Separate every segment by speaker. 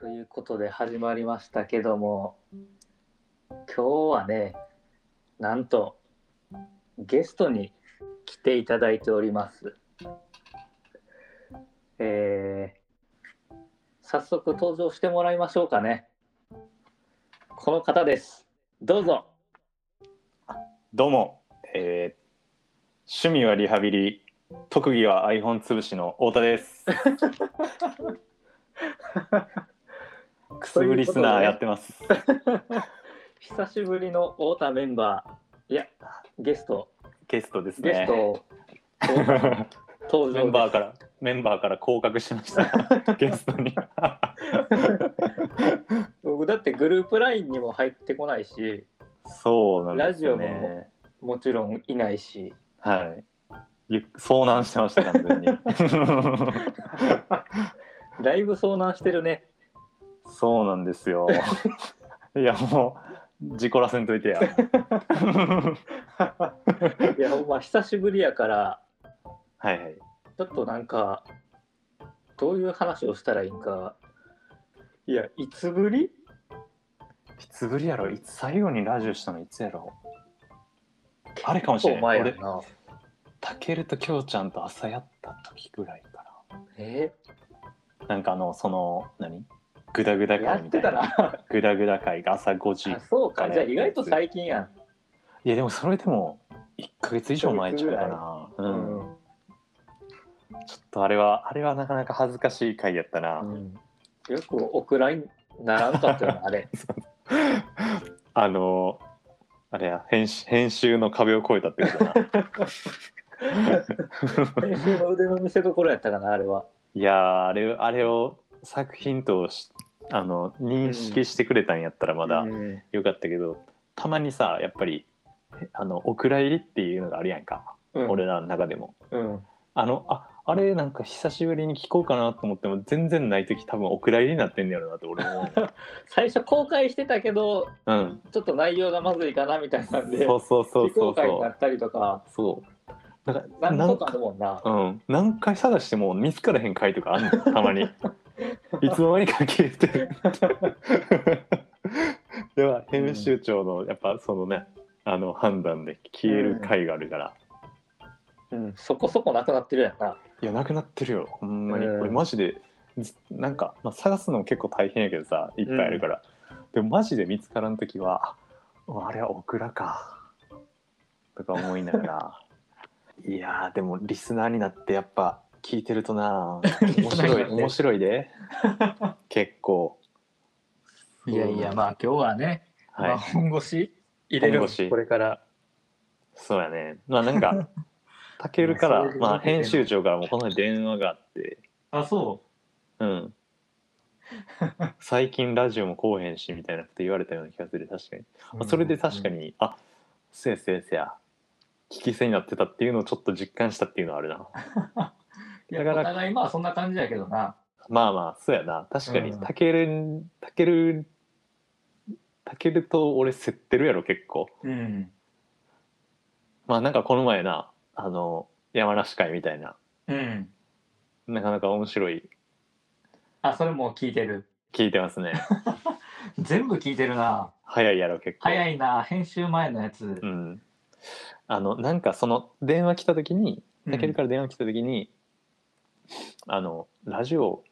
Speaker 1: ということで始まりましたけども今日はねなんとゲストに来ていただいておりますえー早速登場してもらいましょうかねこの方ですどうぞ
Speaker 2: どうも、えー趣味はリハビリ、特技は iPhone 潰しの太田 です。くすぶリスナーやってます。
Speaker 1: 久しぶりの太田メンバーいやゲスト
Speaker 2: ゲストです
Speaker 1: ゲス
Speaker 2: ね。
Speaker 1: ト、登
Speaker 2: メ
Speaker 1: 場
Speaker 2: ンバーからメンバーから降格しま した。ゲストに。
Speaker 1: 僕だってグループ LINE にも入ってこないし
Speaker 2: そうなんです
Speaker 1: ラジオ
Speaker 2: よね。
Speaker 1: もちろんいないし
Speaker 2: はい。ゆ遭難してました 完全に。
Speaker 1: だいぶ遭難してるね
Speaker 2: そうなんですよ。いやもう事故らせん といてや。
Speaker 1: いやほんま久しぶりやから
Speaker 2: はいはい。
Speaker 1: ちょっとなんかどういう話をしたらいいんかいやいつぶり
Speaker 2: いつぶりやろいつ最後にラジオしたのいつやろあれかもし
Speaker 1: お
Speaker 2: れない
Speaker 1: 前や
Speaker 2: 俺
Speaker 1: な
Speaker 2: たけるときょうちゃんと朝やった時ぐらいか
Speaker 1: え
Speaker 2: ななんかあのその何グダグダ
Speaker 1: や
Speaker 2: 会
Speaker 1: っ
Speaker 2: み
Speaker 1: て
Speaker 2: たいな
Speaker 1: たな
Speaker 2: グダグダ会が朝5時
Speaker 1: あそうかじゃあ意外と最近やん
Speaker 2: いやでもそれでも1ヶ月以上前ちゃうかなう、
Speaker 1: うん
Speaker 2: ちょっとあれはあれはなかなか恥ずかしい会やったな、
Speaker 1: うんよくオクラインならんかったよなあ れ
Speaker 2: あのあれや編集編集の壁を越えたってことだ な
Speaker 1: 練習の腕の見せ所やったかなあれはい
Speaker 2: やーあれあれを作品としあの認識してくれたんやったらまだ
Speaker 1: うん
Speaker 2: よかったけど、たまにさやっぱりあのお蔵入りっていうのがあるやんか、
Speaker 1: うん
Speaker 2: 俺らの中でも
Speaker 1: うん
Speaker 2: あのああれなんか久しぶりに聞こうかなと思っても全然ない時多分お蔵入りになってんねやろなって俺 も思
Speaker 1: 最初公開してたけど
Speaker 2: う、うん、
Speaker 1: ちょっと内容がまずいかなみたいなんで
Speaker 2: そうそうそう
Speaker 1: 非
Speaker 2: そ
Speaker 1: 公
Speaker 2: う
Speaker 1: 開に
Speaker 2: そ
Speaker 1: な
Speaker 2: う
Speaker 1: ったりとか
Speaker 2: そうなんか
Speaker 1: 何
Speaker 2: なん
Speaker 1: とかある
Speaker 2: か
Speaker 1: もんな
Speaker 2: うん、何回探しても見つからへん回とかあんのたまにいつの間にか消えてる では編集長のやっぱそのねあの判断で消える回があるから、
Speaker 1: うん、そこそこなくなってるやんない
Speaker 2: やなくなってるよほんまに、
Speaker 1: うん
Speaker 2: 俺マジでずなんか、まあ、探すのも結構大変やけどさいっぱいあるから、でもマジで見つからん時はああれはオクラかとか思いなが らいやーでもリスナーになってやっぱ聞いてる とな面白い面白いで結構
Speaker 1: いやいやまあ今日はね、
Speaker 2: はい、
Speaker 1: まあ、本腰入れる
Speaker 2: 本腰
Speaker 1: これから
Speaker 2: そうやねまあな んかたけるから
Speaker 1: まあそういうこ
Speaker 2: まあ
Speaker 1: とで
Speaker 2: 編集長からもこの前電話があって
Speaker 1: あそ
Speaker 2: うん。最近ラジオもこうへんしみたいなこと言われたような気がする確かに、
Speaker 1: う
Speaker 2: まあそれで確かに、あせやせやせや聞き捨てになってたっていうのをちょっと実感したっていうのはあるな
Speaker 1: いや
Speaker 2: だから
Speaker 1: お互いまあそんな感じやけどな
Speaker 2: まあまあそうやな確かに
Speaker 1: うん
Speaker 2: たけるたけるたけると俺競ってるやろ結構
Speaker 1: うん
Speaker 2: まあなんかこの前なあの山梨会みたいな
Speaker 1: うん
Speaker 2: なかなか面白い
Speaker 1: あそれもう聞いてる
Speaker 2: 聞いてますね
Speaker 1: 全部聞いてるな
Speaker 2: 早いやろ結構
Speaker 1: 早いな編集前のやつ、
Speaker 2: うんあのなんかその電話来た時に
Speaker 1: うん
Speaker 2: たけるから電話来た時に、あのラジオ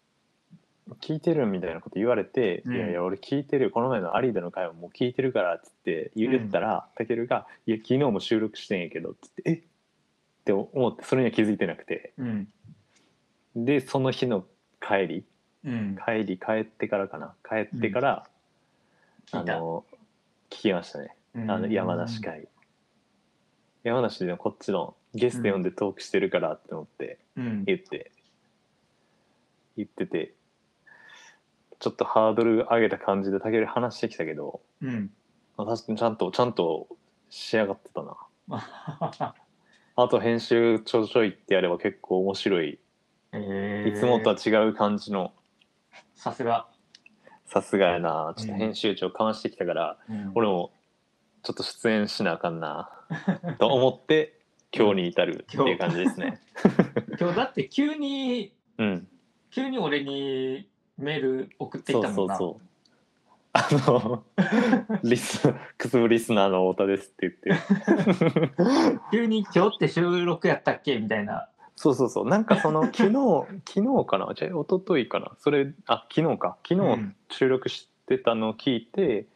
Speaker 2: 聞いてるみたいなこと言われて「
Speaker 1: うん
Speaker 2: いやいや俺聞いてるこの前の有田の会はもう聞いてるから」っつって言
Speaker 1: うん
Speaker 2: ったらたけるが「いや昨日も収録してんやけど」っつって「えっ?」て思ってそれには気づいてなくて
Speaker 1: うん
Speaker 2: でその日の帰り
Speaker 1: うん
Speaker 2: 帰り帰ってからかな帰ってから、
Speaker 1: うん聞
Speaker 2: あ
Speaker 1: いた
Speaker 2: の聞きましたねあの山梨会、山梨でこっちのゲスト呼んでトークしてるからって思って
Speaker 1: うん
Speaker 2: 言って、言っててちょっとハードル上げた感じでたける話してきたけど
Speaker 1: うん
Speaker 2: まあ確かにちゃんとちゃんと仕上がってたな
Speaker 1: まあ
Speaker 2: あと編集ちょちょいってやれば結構面白い
Speaker 1: え
Speaker 2: いつもとは違う感じの
Speaker 1: さすが、
Speaker 2: さすがやなちょっと
Speaker 1: うん
Speaker 2: 編集長かましてきたから、
Speaker 1: うん
Speaker 2: 俺もちょっと出演しなあかんなと思って今日に至るっ ていう感じですね
Speaker 1: 今日だって急に
Speaker 2: うん
Speaker 1: 急に俺にメール送って
Speaker 2: そ
Speaker 1: き
Speaker 2: う
Speaker 1: た
Speaker 2: そ
Speaker 1: もん
Speaker 2: う
Speaker 1: な
Speaker 2: そうあのリスくすぶリスナーの太田ですって言って
Speaker 1: 急に「今日って収録やったっけ?」みたいな
Speaker 2: そうそうそうなんかその昨日昨日かなじゃあ一昨日かなそれあ昨日か昨
Speaker 1: う
Speaker 2: 日
Speaker 1: ん
Speaker 2: 収録してたのを聞いて、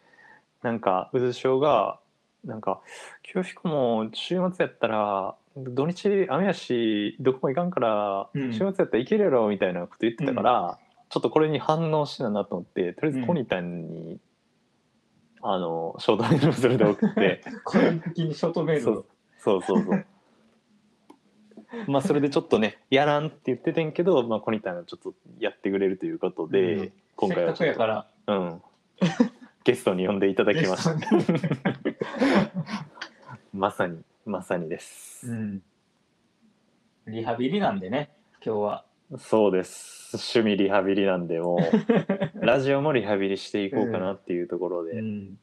Speaker 2: なんか渦潮がなんか「清彦も週末やったら土日雨やしどこも行かんから、
Speaker 1: うん
Speaker 2: 週末やったら行けるやろ」みたいなこと言ってたから、ちょっとこれに反応してたなと思ってとりあえずトニタンに、あのショートメールをそれで送って。
Speaker 1: 個人的にショートメールを
Speaker 2: そうそうそう。まあそれでちょっとねやらんって言っててんけど、まあ、コニタンがちょっとやってくれるということで、
Speaker 1: うん
Speaker 2: 今
Speaker 1: せ
Speaker 2: 回
Speaker 1: っ
Speaker 2: は
Speaker 1: か
Speaker 2: ち
Speaker 1: く
Speaker 2: ょっ
Speaker 1: や
Speaker 2: と
Speaker 1: から
Speaker 2: うん、ゲストに呼んでいただきました。
Speaker 1: ゲストに
Speaker 2: まさにまさにで す。
Speaker 1: うんリハビリなんでね今日は
Speaker 2: そうです趣味リハビリなんで もうラジオもリハビリしていこうかなっていうところで、
Speaker 1: うん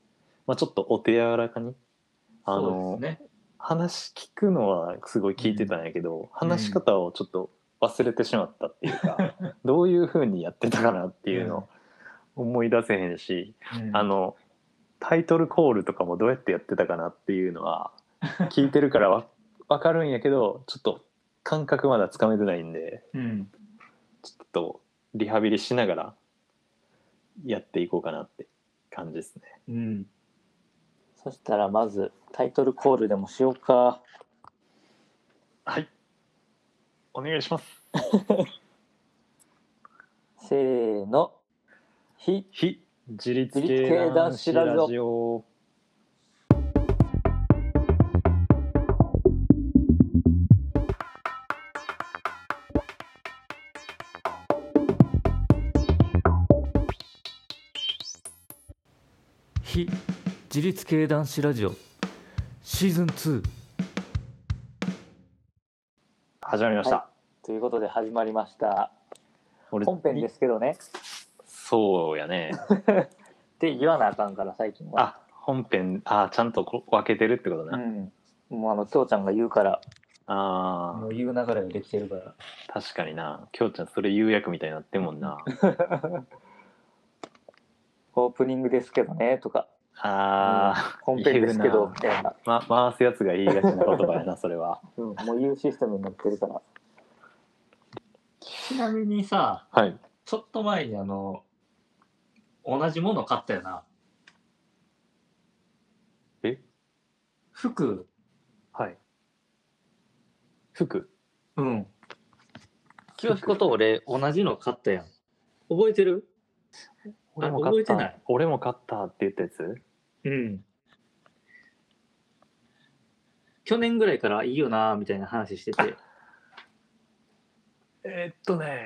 Speaker 2: まあ、ちょっとお手柔らかにあ
Speaker 1: そ
Speaker 2: の
Speaker 1: うですね
Speaker 2: 話聞くのはすごい聞いてたんやけど、話し方をちょっと忘れてしまったって いうか、どういうふうにやってたかなっていうのを思い出せへんし、
Speaker 1: うん
Speaker 2: あのタイトルコールとかもどうやってやってたかなっていうの は聞いてるからわ分かるんやけどちょっと感覚まだつかめてないんで
Speaker 1: うん
Speaker 2: ちょっとリハビリしながらやっていこうかなって感じですね。
Speaker 1: うんそしたらまずタイトルコールでもしようか
Speaker 2: はいお願いします。
Speaker 1: せーのひ
Speaker 2: 非自立
Speaker 1: 自立系
Speaker 2: 系
Speaker 1: 男
Speaker 2: 男
Speaker 1: 子
Speaker 2: 子
Speaker 1: ラジオ
Speaker 2: ラジオ
Speaker 1: 非自立系男子ラジオシーズン2
Speaker 2: 始まりました、
Speaker 1: はということで始まりました
Speaker 2: 俺
Speaker 1: 本編ですけどね
Speaker 2: そうやね
Speaker 1: って言わなあかんから最近は
Speaker 2: あ本編あちゃんとこ分けてるってこと
Speaker 1: う
Speaker 2: な、
Speaker 1: んもうあのきょうちゃんが言うから
Speaker 2: あ
Speaker 1: もう言う流れができてるから
Speaker 2: ー確かになきょうちゃんそれ釉薬みたいになってんもん な
Speaker 1: オープニングですけどねとか
Speaker 2: あー、
Speaker 1: 本編ですけ
Speaker 2: 言う
Speaker 1: ど
Speaker 2: な
Speaker 1: みたいな、
Speaker 2: ま、回すやつが言いがちな言葉やなそれは
Speaker 1: うん、もう言うシステムになってるからちなみにさ
Speaker 2: はい
Speaker 1: ちょっと前にあの同じもの買ったよな
Speaker 2: え
Speaker 1: 服
Speaker 2: はい服
Speaker 1: うん清彦と俺同じの買ったやん覚えてる
Speaker 2: 俺も買った
Speaker 1: 覚えてない
Speaker 2: 俺も買ったって言ったやつ
Speaker 1: うん去年ぐらいからいいよなみたいな話してて
Speaker 2: えっとね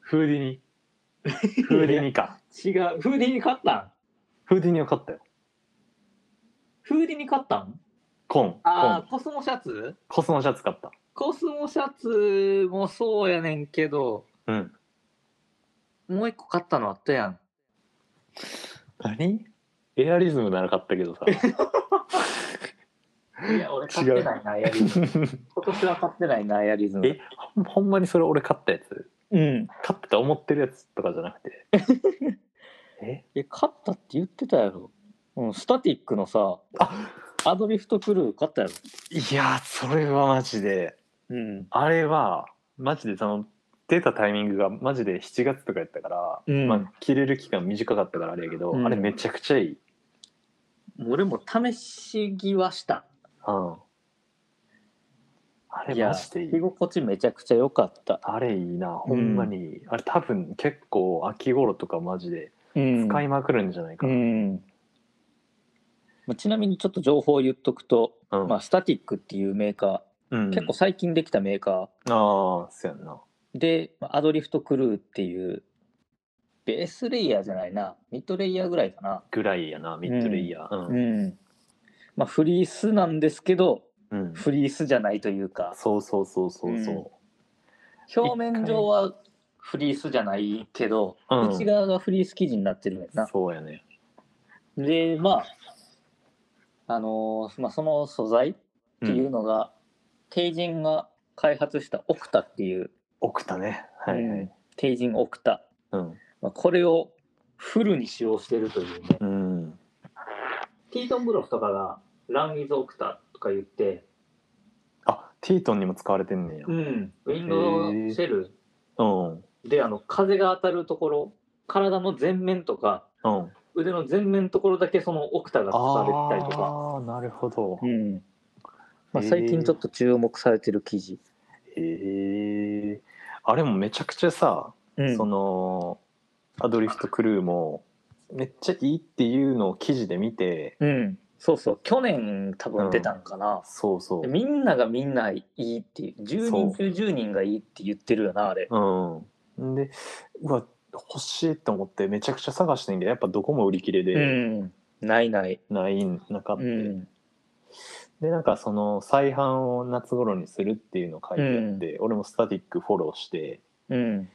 Speaker 2: フーディ ニフーディニか
Speaker 1: 違うフーディに買ったん
Speaker 2: フーディニを買ったよ
Speaker 1: フーディに買ったん
Speaker 2: コンコ
Speaker 1: あ
Speaker 2: ン
Speaker 1: あコスモシャツ
Speaker 2: コスモシャツ買った
Speaker 1: コスモシャツもそうやねんけど
Speaker 2: うん
Speaker 1: もう一個買ったのあったやん
Speaker 2: 何エアリズムなら買ったけど さ
Speaker 1: いや俺買ってないなエアリズム 今年は買ってないなエアリズム
Speaker 2: えほんほんまにそれ俺買ったやつ
Speaker 1: うん
Speaker 2: 買ったと思ってるやつとかじゃなくてえ
Speaker 1: え買ったって言ってたやろ、うん、スタティックのさ
Speaker 2: あ
Speaker 1: アドリフトクルー買ったやろ
Speaker 2: いやそれはマジで
Speaker 1: うん
Speaker 2: あれはマジでその出たタイミングがマジで7月とかやったから、
Speaker 1: うん
Speaker 2: まあ、着れる期間短かったからあれやけど、
Speaker 1: うん
Speaker 2: あれめちゃくちゃいい、
Speaker 1: 俺も試し着はした
Speaker 2: うん、あ
Speaker 1: い
Speaker 2: れ
Speaker 1: や
Speaker 2: マジでいい
Speaker 1: 着心地めちゃくちゃ良かった、
Speaker 2: あれいいなほんまに、あれ多分結構秋頃とかマジで
Speaker 1: うん
Speaker 2: 使いまくるんじゃないか
Speaker 1: う
Speaker 2: な、
Speaker 1: んまあちなみにちょっと情報を言っとくと、
Speaker 2: うん
Speaker 1: まあ、スタティックっていうメーカ
Speaker 2: うん
Speaker 1: ー結構最近できたメーカ
Speaker 2: ああそうやんな
Speaker 1: ーで、まあアドリフトクルーっていうベースレイヤーじゃないなミッドレイヤーぐらいかな、
Speaker 2: ぐらいやなミッドレイヤーうん、
Speaker 1: んまあ、フリースなんですけど
Speaker 2: うん
Speaker 1: フリースじゃないというか
Speaker 2: そうそうそうそうそう、
Speaker 1: 表面上はフリースじゃないけど、
Speaker 2: うん
Speaker 1: 内側がフリース生地になってるんやな
Speaker 2: そうやね
Speaker 1: でまああのーまあ、その素材っていうのが、帝人が開発したオクタっていう、
Speaker 2: 奥田ねはいはい、
Speaker 1: 帝人オクタ
Speaker 2: うん
Speaker 1: まあ、これをフルに使用してるというね
Speaker 2: うん
Speaker 1: ティートンブロフとかが「ラン・イズ・オクタ」とか言って、
Speaker 2: あティートンにも使われてんねや
Speaker 1: ん、ウィンドウシェル
Speaker 2: うんうん
Speaker 1: であの風が当たるところ体の前面とか
Speaker 2: あ
Speaker 1: 腕の前面のところだけそのオクタが使われてたりとか、
Speaker 2: あーなるほど
Speaker 1: うんまあ、
Speaker 2: へー
Speaker 1: 最近ちょっと注目されてる記事、
Speaker 2: へえあれもめちゃくちゃさ
Speaker 1: うん
Speaker 2: そのアドリフトクルーもめっちゃいいっていうのを記事で見て
Speaker 1: うん、そうそう去年多分出たんかな、
Speaker 2: そうそう
Speaker 1: でみんながみんないいっていう10人中10人がいいって言ってるよなあれ
Speaker 2: うんでうわ欲しいと思ってめちゃくちゃ探してんけどやっぱどこも売り切れ
Speaker 1: う
Speaker 2: で
Speaker 1: んないない
Speaker 2: ないんなかっ
Speaker 1: う
Speaker 2: た、
Speaker 1: ん
Speaker 2: でなんかその再販を夏頃にするっていうの書いてあって、俺もスタティックフォローして
Speaker 1: うん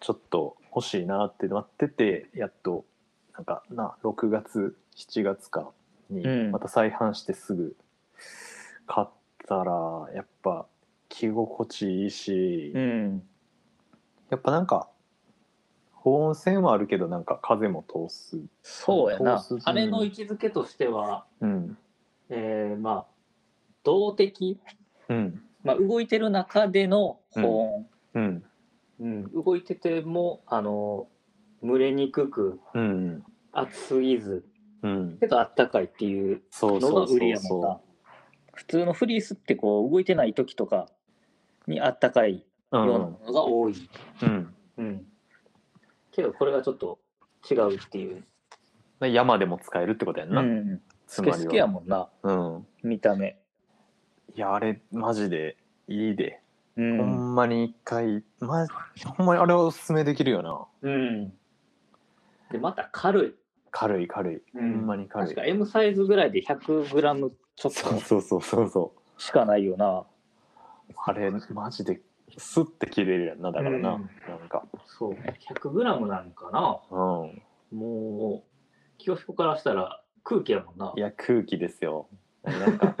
Speaker 2: ちょっと欲しいなってなっててやっとなんかな6月7月かに
Speaker 1: うん
Speaker 2: また再販してすぐ買ったらやっぱ着心地いいし、
Speaker 1: うん
Speaker 2: やっぱなんか保温線はあるけどなんか風も通す、
Speaker 1: そうやな
Speaker 2: 通す
Speaker 1: あれの位置づけとしては
Speaker 2: うん
Speaker 1: えーまあ動的、
Speaker 2: うん
Speaker 1: まあ、動いてる中での保温、
Speaker 2: うん
Speaker 1: うん動いててもあの蒸れにくく
Speaker 2: うん
Speaker 1: 熱すぎず
Speaker 2: うん
Speaker 1: けどあったかいっていう
Speaker 2: そう
Speaker 1: の
Speaker 2: そ
Speaker 1: が
Speaker 2: うそ
Speaker 1: 売りや
Speaker 2: う
Speaker 1: もんな
Speaker 2: そ、
Speaker 1: 普通のフリースってこう動いてない時とかにあったかいう
Speaker 2: う
Speaker 1: ようんなのが多い、
Speaker 2: うん、
Speaker 1: うん、けどこれがちょっと違うっていう、
Speaker 2: で山でも使えるってことやんな、
Speaker 1: ん、
Speaker 2: つ
Speaker 1: スケ
Speaker 2: ま
Speaker 1: ス
Speaker 2: り
Speaker 1: ケや
Speaker 2: は、
Speaker 1: もんな
Speaker 2: うん、
Speaker 1: 見た目、
Speaker 2: いやあれマジでいいで、
Speaker 1: う
Speaker 2: ほ
Speaker 1: ん
Speaker 2: んまに一回、ま、ほんまにあれおすすめできるよな
Speaker 1: うん、でまた軽い
Speaker 2: 軽い軽い、
Speaker 1: うん
Speaker 2: ほんまに軽
Speaker 1: 確
Speaker 2: い
Speaker 1: か M サイズぐらいで 100g ちょっ
Speaker 2: そ
Speaker 1: と
Speaker 2: うそうそうそうそ
Speaker 1: しかないよな
Speaker 2: うあれマジでスッて切れるやんなだからな、
Speaker 1: うん
Speaker 2: なんか
Speaker 1: そう 100g なんかな
Speaker 2: うん
Speaker 1: もう清彦からしたら空気やもんない
Speaker 2: や空気ですよな んか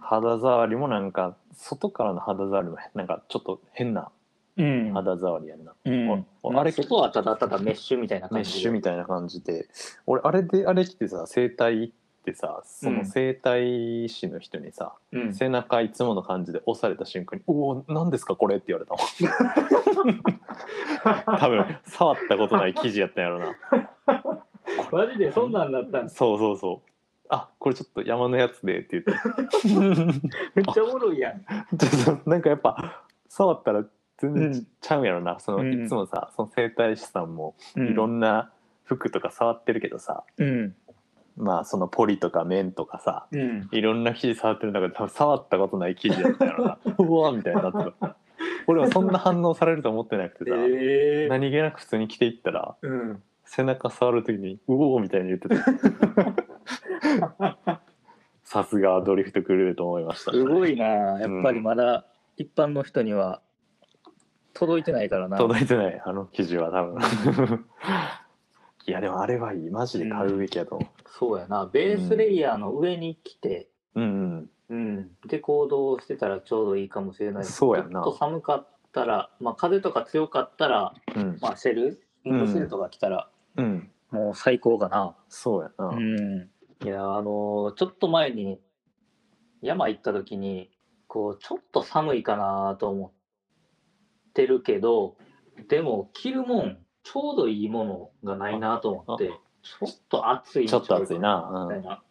Speaker 2: 肌触りもなんか外からの肌触りもなんかちょっと変な
Speaker 1: うん
Speaker 2: 肌触りやんな、
Speaker 1: うん
Speaker 2: お、お
Speaker 1: あれ外はただただメッシュみたいな感
Speaker 2: メッ
Speaker 1: じ
Speaker 2: シ
Speaker 1: で
Speaker 2: ュみたいな感じで俺あれであれ着てさ整体行ってさその整体師の人にさ、
Speaker 1: うん
Speaker 2: 背中いつもの感じで押された瞬間に「おお何ですかこれ」って言われたもん 多分触ったことない生地やったんやろ な
Speaker 1: マジでそんなんだったんです
Speaker 2: そうそうそうあこれちょっと山のやつでって言って
Speaker 1: めっちゃおもろいやん
Speaker 2: ちょっとなんかやっぱ触ったら全
Speaker 1: う
Speaker 2: 然
Speaker 1: ん
Speaker 2: ちゃうやろな、その
Speaker 1: うん
Speaker 2: いつもさその整体師さんも
Speaker 1: うん
Speaker 2: いろんな服とか触ってるけどさ、
Speaker 1: うん
Speaker 2: まあそのポリとか綿とかさ
Speaker 1: うん
Speaker 2: いろんな生地触ってる中で多分触ったことない生地だったや ろなうわみたいになってた俺はそんな反応されると思ってなくてさ、
Speaker 1: え
Speaker 2: 何気なく普通に着ていったら
Speaker 1: うん
Speaker 2: 背中触る時に「うおー」みたいに言ってたさすがドリフトクルーと思いましたね、
Speaker 1: すごいなやっぱりまだ一般の人には届いてないからな
Speaker 2: 届いてないあの記事は多分 いやでもあれはいいマジで買うべきやと思
Speaker 1: そうやなベースレイヤーの上に来て
Speaker 2: ううん
Speaker 1: うんで行動してたらちょうどいいかもしれない
Speaker 2: そうやな
Speaker 1: ちょっと寒かったらまあ風とか強かったら
Speaker 2: うん
Speaker 1: まあシェルインドシェルとか来たら
Speaker 2: うん、うん、
Speaker 1: もう最高かな
Speaker 2: そうやな、
Speaker 1: うんいやあのーちょっと前に山行った時にこうちょっと寒いかなと思ってるけどでも着るもんちょうどいいものがないなと思ってちょっと暑い
Speaker 2: ちょっと暑いな
Speaker 1: みた
Speaker 2: う
Speaker 1: い
Speaker 2: ん
Speaker 1: な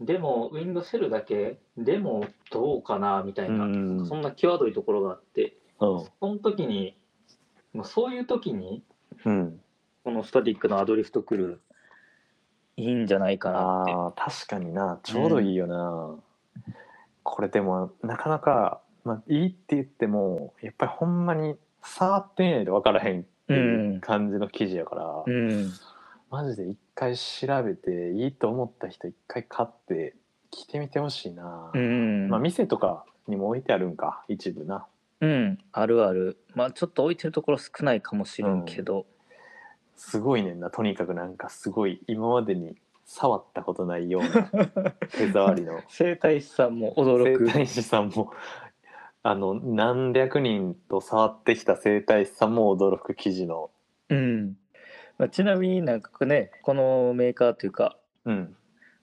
Speaker 1: でもウィンドセルだけでもどうかなみたいな、
Speaker 2: うん
Speaker 1: そんな際どいところがあって
Speaker 2: うん
Speaker 1: その時にもうそういう時に
Speaker 2: うん
Speaker 1: このスタティックのアドリフトクルーいいんじゃないかなって。
Speaker 2: あー確かになちょうどいいよな、これでもなかなか、まあ、いいって言ってもやっぱりほんまに触ってみないと分からへんっていう感じの記事やから、
Speaker 1: うん
Speaker 2: マジで一回調べていいと思った人一回買って着てみてほしいな、
Speaker 1: うん
Speaker 2: まあ店とかにも置いてあるんか一部な
Speaker 1: うん、あるある。まあちょっと置いてるところ少ないかもしれんけど。
Speaker 2: すごいねんなとにかくなんかすごい今までに触ったことないような手触りの
Speaker 1: 整体師さんも驚
Speaker 2: 整
Speaker 1: く。
Speaker 2: 体師さんも あの何百人と触ってきた整体師さんも驚く記事の
Speaker 3: うんまあ、ちなみになんかねこのメーカーというか、
Speaker 2: うん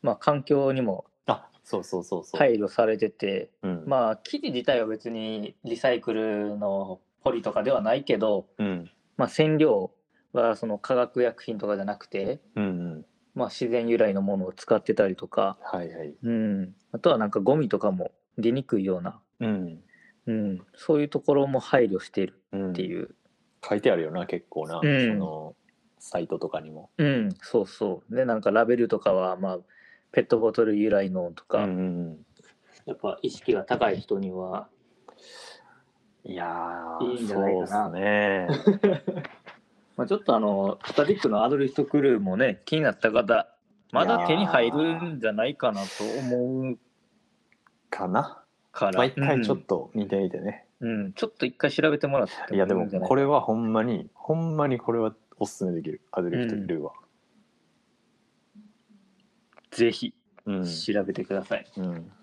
Speaker 3: まあ、環境にも
Speaker 2: あそうそうそうそう、
Speaker 3: 配慮されてて、
Speaker 2: うん
Speaker 3: まあ生地自体は別にリサイクルのポリとかではないけど、
Speaker 2: うん
Speaker 3: まあ、染料はその化学薬品とかじゃなくて、
Speaker 2: うんうん
Speaker 3: まあ、自然由来のものを使ってたりとか、
Speaker 2: はいはい
Speaker 3: うん、あとはなんかゴミとかも出にくいような、
Speaker 2: うん、
Speaker 3: うん、そういうところも配慮してる
Speaker 2: うん、
Speaker 3: っていう
Speaker 2: 書いてあるよな結構な、
Speaker 3: うん
Speaker 2: そのサイトとかにも
Speaker 3: うん、そうそう。で、なんかラベルとかは、まあ、ペットボトル由来のとか、
Speaker 2: うんうん
Speaker 1: やっぱ意識が高い人には
Speaker 2: うん、いや
Speaker 1: いいんじゃないか
Speaker 2: そうですね
Speaker 3: まあ、ちょっとあの、スタディックのアドリストクルーもね、気になった方、ま
Speaker 2: いや
Speaker 3: だ
Speaker 2: ー
Speaker 3: 手に入るんじゃないかなと思う
Speaker 2: かな
Speaker 3: から、
Speaker 2: 毎回ちょっと見てみてね、
Speaker 3: うん、うんちょっと一回調べてもらって
Speaker 2: いやでもこ
Speaker 3: れ、
Speaker 2: れはほんまにほんまにこれはおすすめできるアドリフトルーは、
Speaker 3: ぜひ
Speaker 2: うんうん
Speaker 3: 調べてください。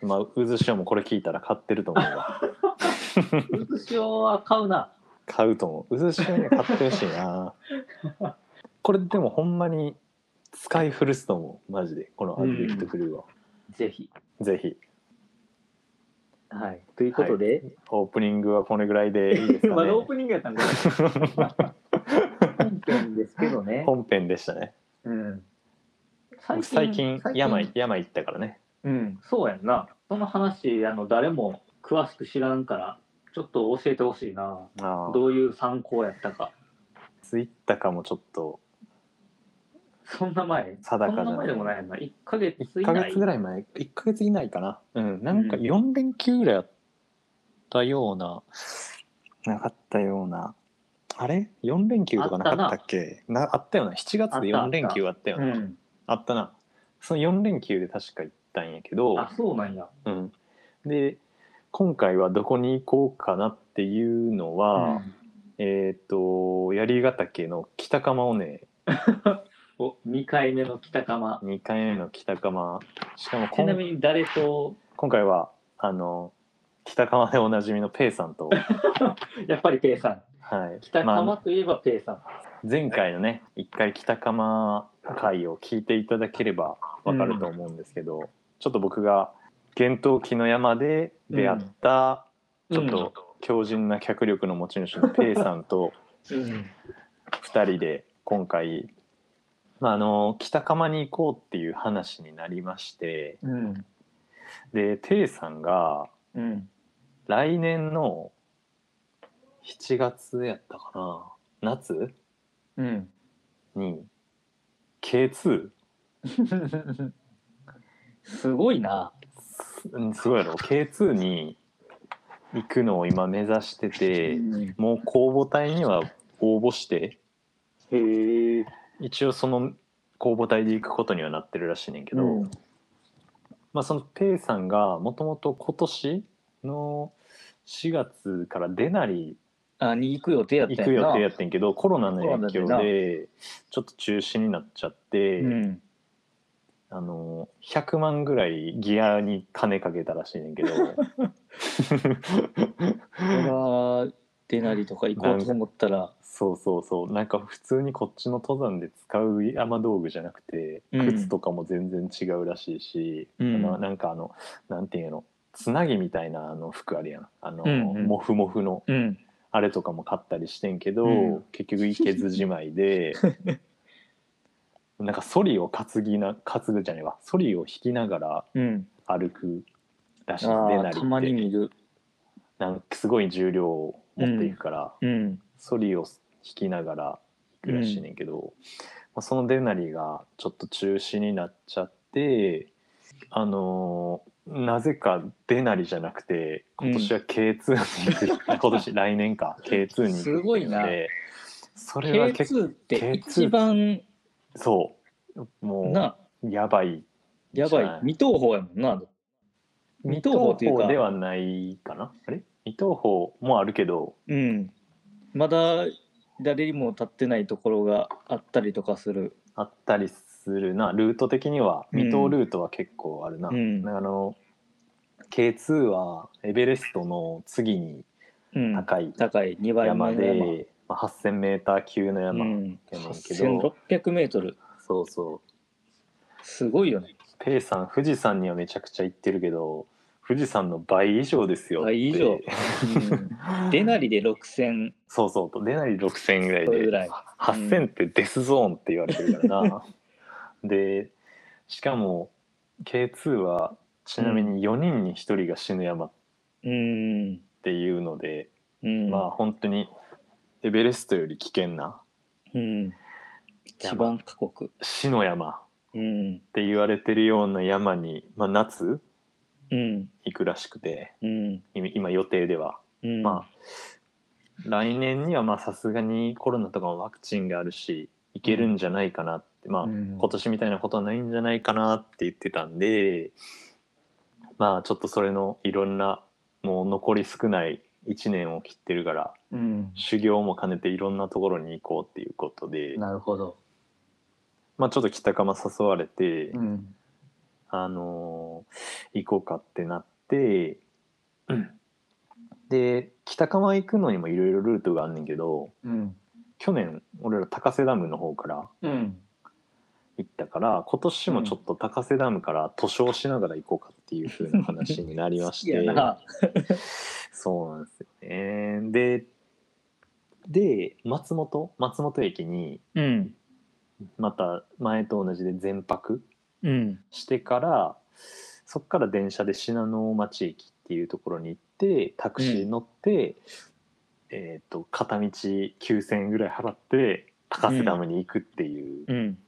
Speaker 2: まあ渦潮もこれ聞いたら買ってると思うわ
Speaker 1: うずしおは買うな
Speaker 2: 買うと思う渦潮に買ってほしいなこれでもほんまに使い古すと思うマジでこのアドリフトクルーは、
Speaker 1: ぜひ
Speaker 2: ぜひ
Speaker 1: はいということで、
Speaker 2: オープニングはこれぐらいでいいで すか
Speaker 1: ま
Speaker 2: ね
Speaker 1: だオープニングやったんか 本編ですけどね
Speaker 2: 本編でしたね
Speaker 3: うん。
Speaker 2: 僕最近山山行ったからね
Speaker 3: うん。
Speaker 1: そうやんなその話あの誰も詳しく知らんからちょっと教えてほしいな
Speaker 2: ああ
Speaker 1: どういう参考やったか
Speaker 2: ツイッターかもちょっと
Speaker 1: そんな前
Speaker 2: 定かじゃない
Speaker 1: そんな前でもないやんな1ヶ月
Speaker 2: 1
Speaker 1: 以
Speaker 2: ヶ
Speaker 1: 内
Speaker 2: 月ぐらい前1ヶ月以内かなうんなんか
Speaker 3: うん
Speaker 2: 4連休ぐらいあったような、なかったようなあれ4連休とかなかったっけなあったよな7月で
Speaker 1: あったあっ
Speaker 2: 4
Speaker 1: た
Speaker 2: 連休あったよ
Speaker 3: う
Speaker 2: なあった
Speaker 3: ん。
Speaker 2: なその4連休で確か行ったんやけど、
Speaker 1: あそうなんや
Speaker 2: うん、で今回はどこに行こうかなっていうのは、えっ、と槍ヶ岳の北釜尾根
Speaker 1: お2回目の北釜
Speaker 2: 2回目の北釜しかも
Speaker 1: ち
Speaker 2: こん
Speaker 1: なみに誰と
Speaker 2: 今回はあの北釜でおなじみのペイさんと、
Speaker 1: やっぱりペイさん
Speaker 2: はい
Speaker 1: 北
Speaker 2: ま
Speaker 1: 釜
Speaker 2: あ、
Speaker 1: といえばペイさん、
Speaker 2: 前回のね一回北釜会を聞いていただければわかると思うんですけど、ちょっと僕が厳冬期の山で出会った、
Speaker 3: うん
Speaker 2: ちょっと強靭な脚力の持ち主のペイさんと
Speaker 1: うん、
Speaker 2: 2人で今回、まあ、あの北釜に行こうっていう話になりまして
Speaker 3: うん。
Speaker 2: でペイさんが
Speaker 3: うん。
Speaker 2: 来年の7月やったかな夏
Speaker 3: うん。
Speaker 2: に K2
Speaker 3: すごいな。
Speaker 2: すうんすごいやろ K2 に行くのを今目指してて
Speaker 3: うん
Speaker 2: もう公募隊には応募して
Speaker 1: へえ
Speaker 2: 一応その公募隊で行くことにはなってるらしいねんけど、
Speaker 3: うん
Speaker 2: まあ、そのペイさんがもともと今年の4月から出なり
Speaker 3: あ、に行く予定やったん
Speaker 2: 行
Speaker 3: や
Speaker 2: く
Speaker 3: な
Speaker 2: 予定やってんけどコロナの影響
Speaker 3: コロナ
Speaker 2: でちょっと中止になっちゃって、
Speaker 3: うん。
Speaker 2: あの100万ぐらいギアに金かけたらしいね んけど
Speaker 3: 俺が出なりとか行こうと思ったら、
Speaker 2: そうそうそうなんか普通にこっちの登山で使う山道具じゃなくて
Speaker 3: うん
Speaker 2: 靴とかも全然違うらしいし、
Speaker 3: うん
Speaker 2: まあなんかあのなんていうのつなぎみたいなあの服あるやんあの、
Speaker 3: うんうん
Speaker 2: モフモフの
Speaker 3: うん、
Speaker 2: あれとかも買ったりしてんけど、
Speaker 3: うん
Speaker 2: 結局いけずじまい でなんかソリを担ぎな担ぐじゃねえわソリを引きながら
Speaker 3: うん、
Speaker 2: 歩くらしい
Speaker 3: あ
Speaker 2: で
Speaker 3: あ
Speaker 2: なり
Speaker 3: たまに
Speaker 2: って
Speaker 3: 見る、
Speaker 2: なんかすごい重量を持っていくから、
Speaker 3: うん、
Speaker 2: ソリを引きながら行くらしいねんけど、まあ、そのデナリがちょっと中止になっちゃってあのーなぜかデナリじゃなくて今年は K2 に行く、 今年来年か K2 に行く
Speaker 3: すごいな
Speaker 2: でそれは結構
Speaker 3: K2 って一
Speaker 2: K2
Speaker 3: 番
Speaker 2: そうも
Speaker 3: な
Speaker 2: うやばい
Speaker 3: やばい未踏法やもんな未踏法っていうか
Speaker 2: 未踏ではないかなあれ未踏法もあるけど
Speaker 3: うんまだ誰にも立ってないところがあったりとかする
Speaker 2: あったりするなルート的には
Speaker 3: うん
Speaker 2: 未踏ルートは結構あるな、
Speaker 3: うん
Speaker 2: あの K2 はエベレストの次に
Speaker 3: うん
Speaker 2: 高い
Speaker 3: 高い2倍
Speaker 2: 山
Speaker 3: 目
Speaker 2: で、
Speaker 3: の山
Speaker 2: ままあ、8,000メーター級の山、
Speaker 3: うん、
Speaker 2: やねんけど
Speaker 3: 8600メートル
Speaker 2: そうそう
Speaker 3: すごいよね
Speaker 2: ペイさん富士山にはめちゃくちゃ行ってるけど富士山の倍以上ですよ
Speaker 3: 倍以 上
Speaker 2: って
Speaker 3: 出なりで6000
Speaker 2: そうそうと出ない6,000ぐらい
Speaker 3: それ
Speaker 2: で
Speaker 3: ぐらい
Speaker 2: 8,000ってデスゾーンって言われてるからな、 でしかも K2 はちなみに4人に1人が死ぬ山っ
Speaker 3: うん、
Speaker 2: ていうので、
Speaker 3: うん、
Speaker 2: まあ本当にエベレストより危険な
Speaker 3: うん、一番過酷
Speaker 2: 死の山
Speaker 3: うん
Speaker 2: って言われてるような山に、まあ、夏
Speaker 3: うん
Speaker 2: 行くらしくて
Speaker 3: うん
Speaker 2: 今今予定では、
Speaker 3: うん
Speaker 2: まあ来年にはまあさすがにコロナとかもワクチンがあるし行けるんじゃないかなって、まあ
Speaker 3: うん
Speaker 2: 今年みたいなことはないんじゃないかなって言ってたんでまあちょっとそれのいろんなもう残り少ない1年を切ってるから
Speaker 1: うん、
Speaker 2: 修行も兼ねていろんなところに行こうっていうことで、
Speaker 1: なるほど。
Speaker 2: まあ、ちょっと北釜誘われて、
Speaker 1: うん、
Speaker 2: あのー行こうかってなって、で北釜行くのにもいろいろルートがあんねんけど
Speaker 1: うん、
Speaker 2: 去年俺ら高瀬ダムの方から
Speaker 1: うん、
Speaker 2: 行ったから今年もちょっと高瀬ダムから徒歩しながら行こうかっていう風な話になりまして
Speaker 3: いやな
Speaker 2: そうなんですよねでで松本松本駅に
Speaker 3: うん
Speaker 2: また前と同じで全泊
Speaker 3: うん
Speaker 2: してからそっから電車で信濃町駅っていうところに行ってタクシーに乗って、えー、と片道9,000円ぐらい払って高瀬ダムに行くっていう
Speaker 3: うん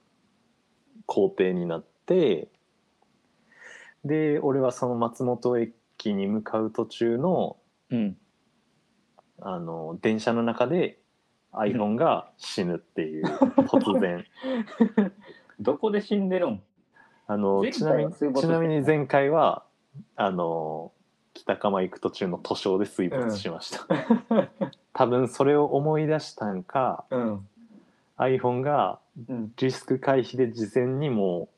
Speaker 2: 工程になって、で俺はその松本駅に向かう途中の
Speaker 3: うん
Speaker 2: あの電車の中で iPhone が死ぬっていう突然。
Speaker 1: どこで死んでるん
Speaker 2: あの
Speaker 1: 前
Speaker 2: ちな
Speaker 1: 回
Speaker 2: み
Speaker 1: は
Speaker 2: に
Speaker 1: 水没
Speaker 2: ちなみに前回はあの北釜行く途中の図書で水没し ました、多分それを思い出したんか
Speaker 1: うん、
Speaker 2: iPhone が
Speaker 1: うん、
Speaker 2: リスク回避で事前にも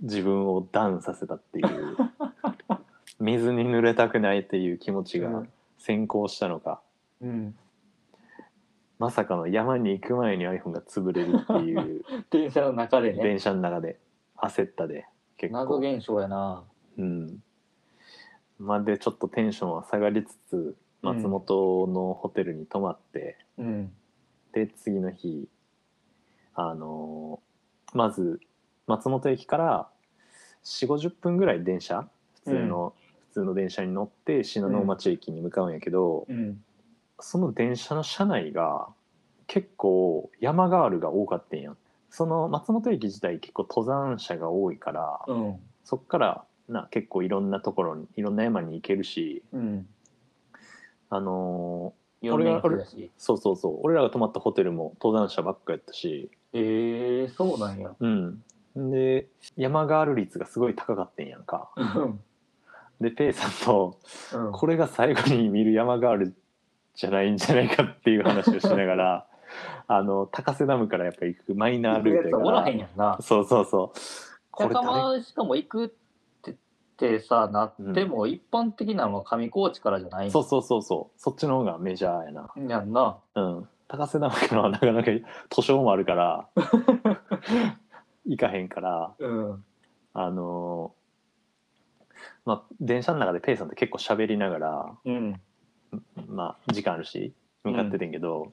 Speaker 2: う自分をダウンさせたっていう 水に濡れたくないっていう気持ちが先行したのか、
Speaker 1: うん。
Speaker 2: まさかの山に行く前に iPhone が潰れるっていう
Speaker 1: 電車の中でね。
Speaker 2: 電車の中で焦ったで結
Speaker 1: 謎現象やな。
Speaker 2: うん、まあでちょっとテンションは下がりつつ松本のホテルに泊まって、
Speaker 1: うん、
Speaker 2: で次の日あのーまず松本駅から4 5 0分ぐらい電車普通の、普通の電車に乗って信濃町駅に向かうんやけど、
Speaker 1: うん、
Speaker 2: その電車の車内が結構山ガールが多かったんやんその松本駅自体結構登山者が多いから、
Speaker 1: うん、
Speaker 2: そっからな結構いろんなところにいろんな山に行けるし、
Speaker 1: うん。
Speaker 2: あの
Speaker 1: 四
Speaker 2: 俺
Speaker 1: 年
Speaker 2: が
Speaker 1: 生だし
Speaker 2: ー。そうそうそう俺らが泊まったホテルも登山者ばっかやったし、
Speaker 1: ええー、そうなんや。
Speaker 2: うん、で山ガール率がすごい高かったんやんか。
Speaker 1: うん、
Speaker 2: でペイさんと
Speaker 1: うん、
Speaker 2: これが最後に見る山ガールじゃないんじゃないかっていう話をしながら あの高瀬ダムからやっぱ行くマイナールート
Speaker 1: やつ
Speaker 2: やか
Speaker 1: おらへん
Speaker 2: ら
Speaker 1: やんな。
Speaker 2: そうそうそうこれ
Speaker 1: 高
Speaker 2: 誰
Speaker 1: 間しかも行くってってさなっても一般的なのは上高地からじゃないん
Speaker 2: そうそうそうそうそっちの方がメジャーやな。
Speaker 1: やんな
Speaker 2: うん、高瀬ダムからはなかなか図書もあるから行かへんから
Speaker 1: うん
Speaker 2: あのーまあ電車の中でペイさんと結構喋りながら、
Speaker 1: うん
Speaker 2: まあ、時間あるし向かっててんけど、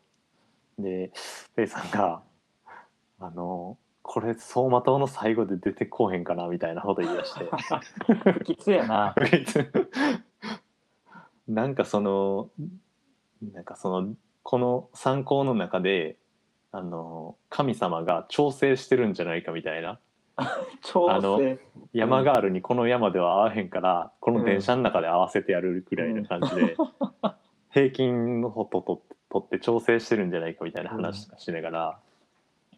Speaker 2: でペイさんが「あのーこれ走馬灯の最後で出てこうへんかな」みたいなこと言い出して。
Speaker 1: きつやな
Speaker 2: なんかそのなんかそのこの参考の中であの神様が調整してるんじゃないかみたいな
Speaker 1: 調
Speaker 2: あの
Speaker 1: 整
Speaker 2: 山ガールにこの山では合わへんからこの電車の中で合わせてやるくらいな感じで、平均のことと取って調整してるんじゃないかみたいな話とかしながら、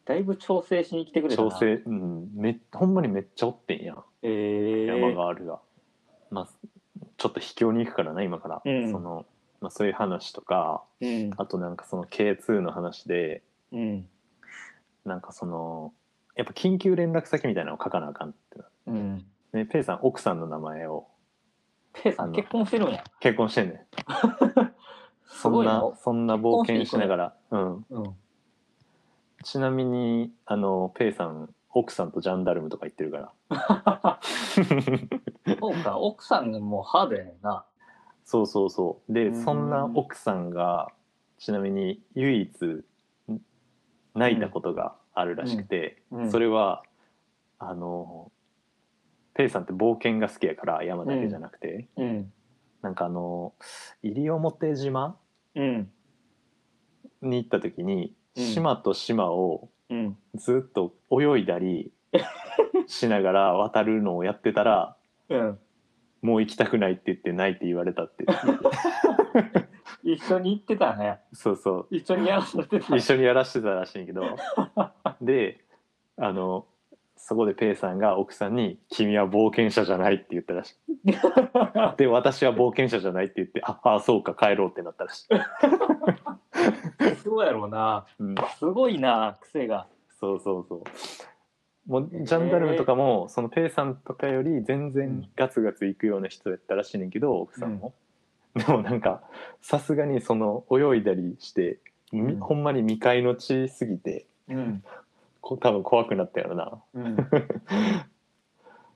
Speaker 1: だいぶ調整しに来てくれたな
Speaker 2: 調整、うん、めほんまにめっちゃおってんやん。
Speaker 1: えー、
Speaker 2: 山があるが、まあ、ちょっと秘境に行くからな今から、
Speaker 3: うん
Speaker 2: そのまあ、そういう話とか
Speaker 3: うん
Speaker 2: あとなんかその K2 の話で
Speaker 3: うん
Speaker 2: なんかそのやっぱ緊急連絡先みたいなのを書かなあかんってな
Speaker 1: うん
Speaker 2: ねペイさん奥さんの名前を
Speaker 1: ペイさん結婚してるんや
Speaker 2: 結婚してんねんそん
Speaker 1: す
Speaker 2: な
Speaker 1: ごいな
Speaker 2: そんな冒険しながら、うん、
Speaker 3: うん、
Speaker 2: ちなみにあのペイさん奥さんとジャンダルムとか行ってるから
Speaker 1: そうか、奥さんがもうハードやねんな。
Speaker 2: そうそうそうで
Speaker 3: うん
Speaker 2: そんな奥さんがちなみに唯一ん泣いたことがあるらしくて、
Speaker 3: うんうん
Speaker 2: それはあのペイさんって冒険が好きやから山だけじゃなくて、
Speaker 3: うん、
Speaker 2: なんかあの西表島
Speaker 3: うん、
Speaker 2: に行った時に
Speaker 3: うん
Speaker 2: 島と島を
Speaker 3: うん。
Speaker 2: ずっと泳い だりしながら渡るのをやってたら
Speaker 3: うん、
Speaker 2: もう行きたくないって言ってないって言われたって言って
Speaker 1: 一緒に行ってたね。
Speaker 2: そうそう
Speaker 1: 一緒にやらせてた。
Speaker 2: 一緒にやらしてたらしいんや けどであのそこでペイさんが奥さんに「君は冒険者じゃない」って言ったらしい で私は冒険者じゃないって言って「ああそうか帰ろう」ってなったらしい、
Speaker 1: そうやろうな。
Speaker 2: うん
Speaker 1: すごいな、癖が。
Speaker 2: そうそうそうもうジャンダルムとかも、そのペイさんとかより全然ガツガツ行くような人やったらしいねんけど奥さんも、でもなんかさすがにその泳いだりして、み
Speaker 3: うん
Speaker 2: ほんまに未開の地すぎて
Speaker 3: うん、
Speaker 2: こ多分怖くなったやろな
Speaker 3: うん。
Speaker 2: ま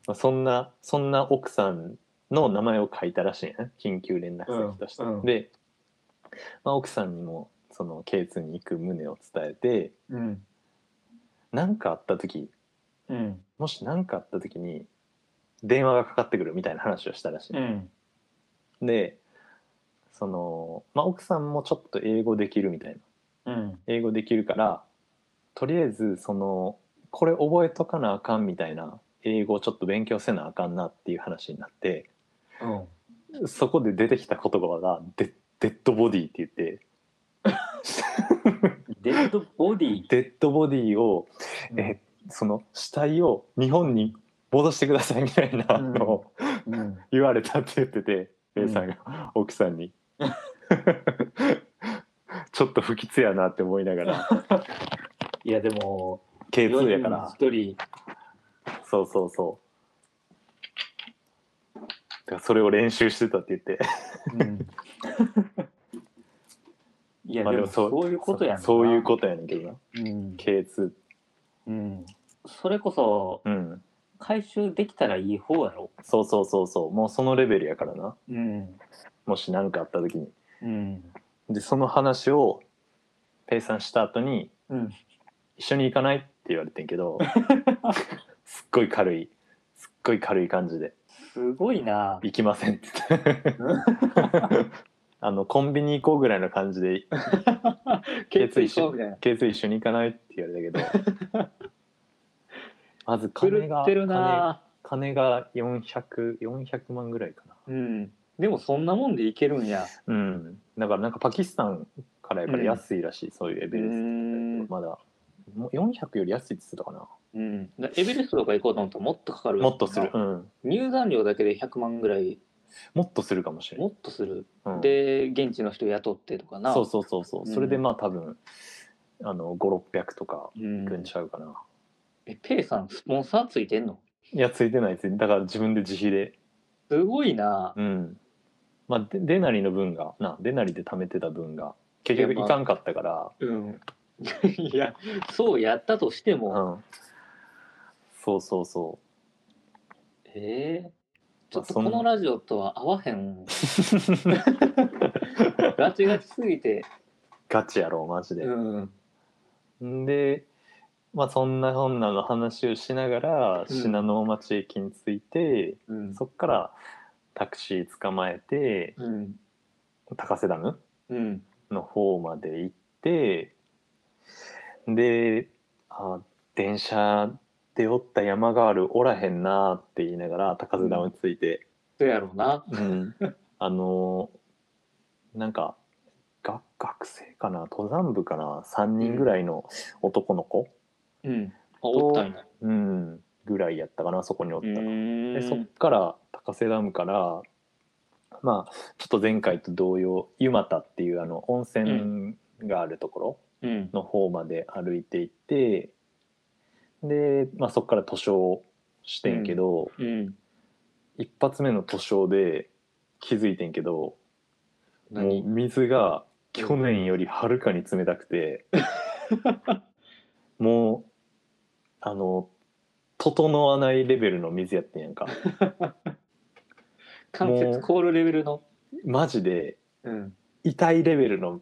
Speaker 2: あ、そんなそんな奥さんの名前を書いたらしいね緊急連絡先として、
Speaker 3: うんうん
Speaker 2: で、まあ、奥さんにもその頸痛に行く旨を伝えて
Speaker 3: うん、
Speaker 2: 何かあった時
Speaker 3: うん、
Speaker 2: もし何かあった時に電話がかかってくるみたいな話をしたらしい、
Speaker 3: うん、
Speaker 2: でその、まあ、奥さんもちょっと英語できるみたいな
Speaker 3: うん、
Speaker 2: 英語できるからとりあえずそのこれ覚えとかなあかんみたいな英語をちょっと勉強せなあかんなっていう話になって、
Speaker 3: うん。
Speaker 2: そこで出てきた言葉がデデッドボディって言って
Speaker 1: デッドボディ。
Speaker 2: デッドボディを、えその死体を日本に戻してくださいみたいなのを
Speaker 3: うん、
Speaker 2: 言われたって言ってて、
Speaker 3: うん
Speaker 2: A さんが奥さ んにちょっと不吉やなって思いながら
Speaker 1: いや、でも、
Speaker 2: K2 やから
Speaker 1: 一人、
Speaker 2: そうそうそうだからそれを練習してたって言って
Speaker 3: うん、
Speaker 1: いや、
Speaker 2: まあ
Speaker 1: で
Speaker 2: で
Speaker 1: も
Speaker 2: もそう
Speaker 1: そういうことやんな
Speaker 2: そういうことやねんけど
Speaker 3: う
Speaker 2: な
Speaker 3: ん、
Speaker 2: K2
Speaker 3: うん、
Speaker 1: それこそ、
Speaker 2: うん
Speaker 1: 回収できたらいい方やろ。
Speaker 2: そうそうそうそうもうそのレベルやからな
Speaker 3: うん、
Speaker 2: もし何かあった時に
Speaker 3: うん、
Speaker 2: でその話をペイさんした後に
Speaker 3: うん、
Speaker 2: 「一緒に行かない?」って言われてん けどすっごい軽いすっごい軽い感じです
Speaker 1: ごいな
Speaker 2: 「行きません」って言ってあのコンビニ行こうぐらいの感じで
Speaker 1: 血液そうみたいな
Speaker 2: 「ケース一緒に行かない?」って言われたけどまず
Speaker 1: 狂
Speaker 2: 金が
Speaker 1: ってるな
Speaker 2: 金金が400400万ぐらいか
Speaker 1: う
Speaker 2: な
Speaker 1: んでもそんなもんでいけるんや
Speaker 2: うんだからなんかパキスタンからやっぱり安いらしい、そういうエベレスト
Speaker 1: うん
Speaker 2: まだもう400より安いって言ってたかな。
Speaker 1: うんだエベレストとか行こうと思ったらもっとかかる
Speaker 2: もっとする。うん。
Speaker 1: 入山料だけで100万ぐらい
Speaker 2: もっとするかもしれな
Speaker 1: も
Speaker 2: い。
Speaker 1: っとする、
Speaker 2: うん、
Speaker 1: で現地の人雇ってとかな
Speaker 2: そうそうそうそう。
Speaker 1: うん
Speaker 2: それでまあ多分あの5600とか
Speaker 1: う、
Speaker 2: いくん
Speaker 1: ん、
Speaker 2: ちゃうかな。
Speaker 1: えペイさんスポンサーついてんの
Speaker 2: いやついてないついてないだから自分で自費で。
Speaker 1: すごいな
Speaker 2: うん。まあでデナリの分がなデナリで貯めてた分が結局
Speaker 1: いやまあ
Speaker 2: いかんかったから。
Speaker 1: うん いやそうやったとしても、
Speaker 2: うん。そうそうそ
Speaker 1: ええちょっとこ
Speaker 2: まあそん
Speaker 1: のラジオとは合わへ んガチガチすぎて
Speaker 2: う。ガチやろマジで。
Speaker 1: うん
Speaker 2: でまあそんなこんなの話をしながら
Speaker 1: うん
Speaker 2: 信濃町駅に着いて、
Speaker 1: うん
Speaker 2: そっからタクシー捕まえて
Speaker 1: うん
Speaker 2: 高瀬ダム
Speaker 1: うん
Speaker 2: の方まで行ってであ電車でおった山ガールおらへんなーって言いながら高瀬ダムに着いて、
Speaker 1: そうやろうな
Speaker 2: うんあのーなんかが学生かな登山部かな3人ぐらいの男の子、
Speaker 1: うんあおったんや
Speaker 2: うん、ぐらいやったかなそこにおったの
Speaker 1: で
Speaker 2: でそっから高瀬ダムからまあちょっと前回と同様湯俣っていうあの温泉があるところ
Speaker 1: うん
Speaker 2: の方まで歩いていってで、まあ、そっから図書をしてんけど、
Speaker 1: うん
Speaker 2: 一発目の図書で気づいてんけどもう
Speaker 1: 何
Speaker 2: 水が去年よりはるかに冷たくて、もうあの整わないレベルの水やってんやんか
Speaker 1: 関節凍るレベルの、
Speaker 2: マジで
Speaker 1: うん
Speaker 2: 痛いレベルの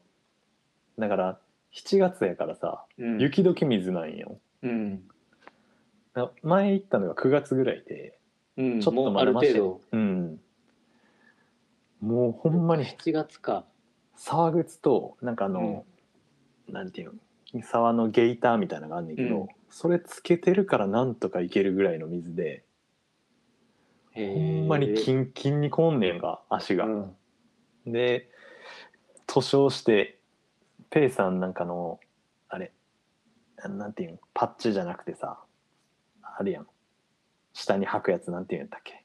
Speaker 2: だから7月やからさ
Speaker 1: うん、
Speaker 2: 雪解け水なんよ、
Speaker 1: うん
Speaker 2: な前行ったのが9月ぐらいで
Speaker 1: うん、
Speaker 2: ちょっと
Speaker 1: もう
Speaker 2: ま
Speaker 1: あ
Speaker 2: だ
Speaker 1: る
Speaker 2: まし
Speaker 1: 程度
Speaker 2: うんもうほんまに
Speaker 1: 7月か
Speaker 2: 沢靴となんかあの、なんていうの沢のゲイターみたいなのがあんねんけど、
Speaker 1: うん
Speaker 2: それつけてるからなんとかいけるぐらいの水で、
Speaker 1: へ
Speaker 2: ほんまにキンキンにこんねんが足が。
Speaker 1: うん
Speaker 2: で塗装してペイさんなんかのあれなんていうのパッチじゃなくてさあれやん下に履くやつなんていうんやったっけ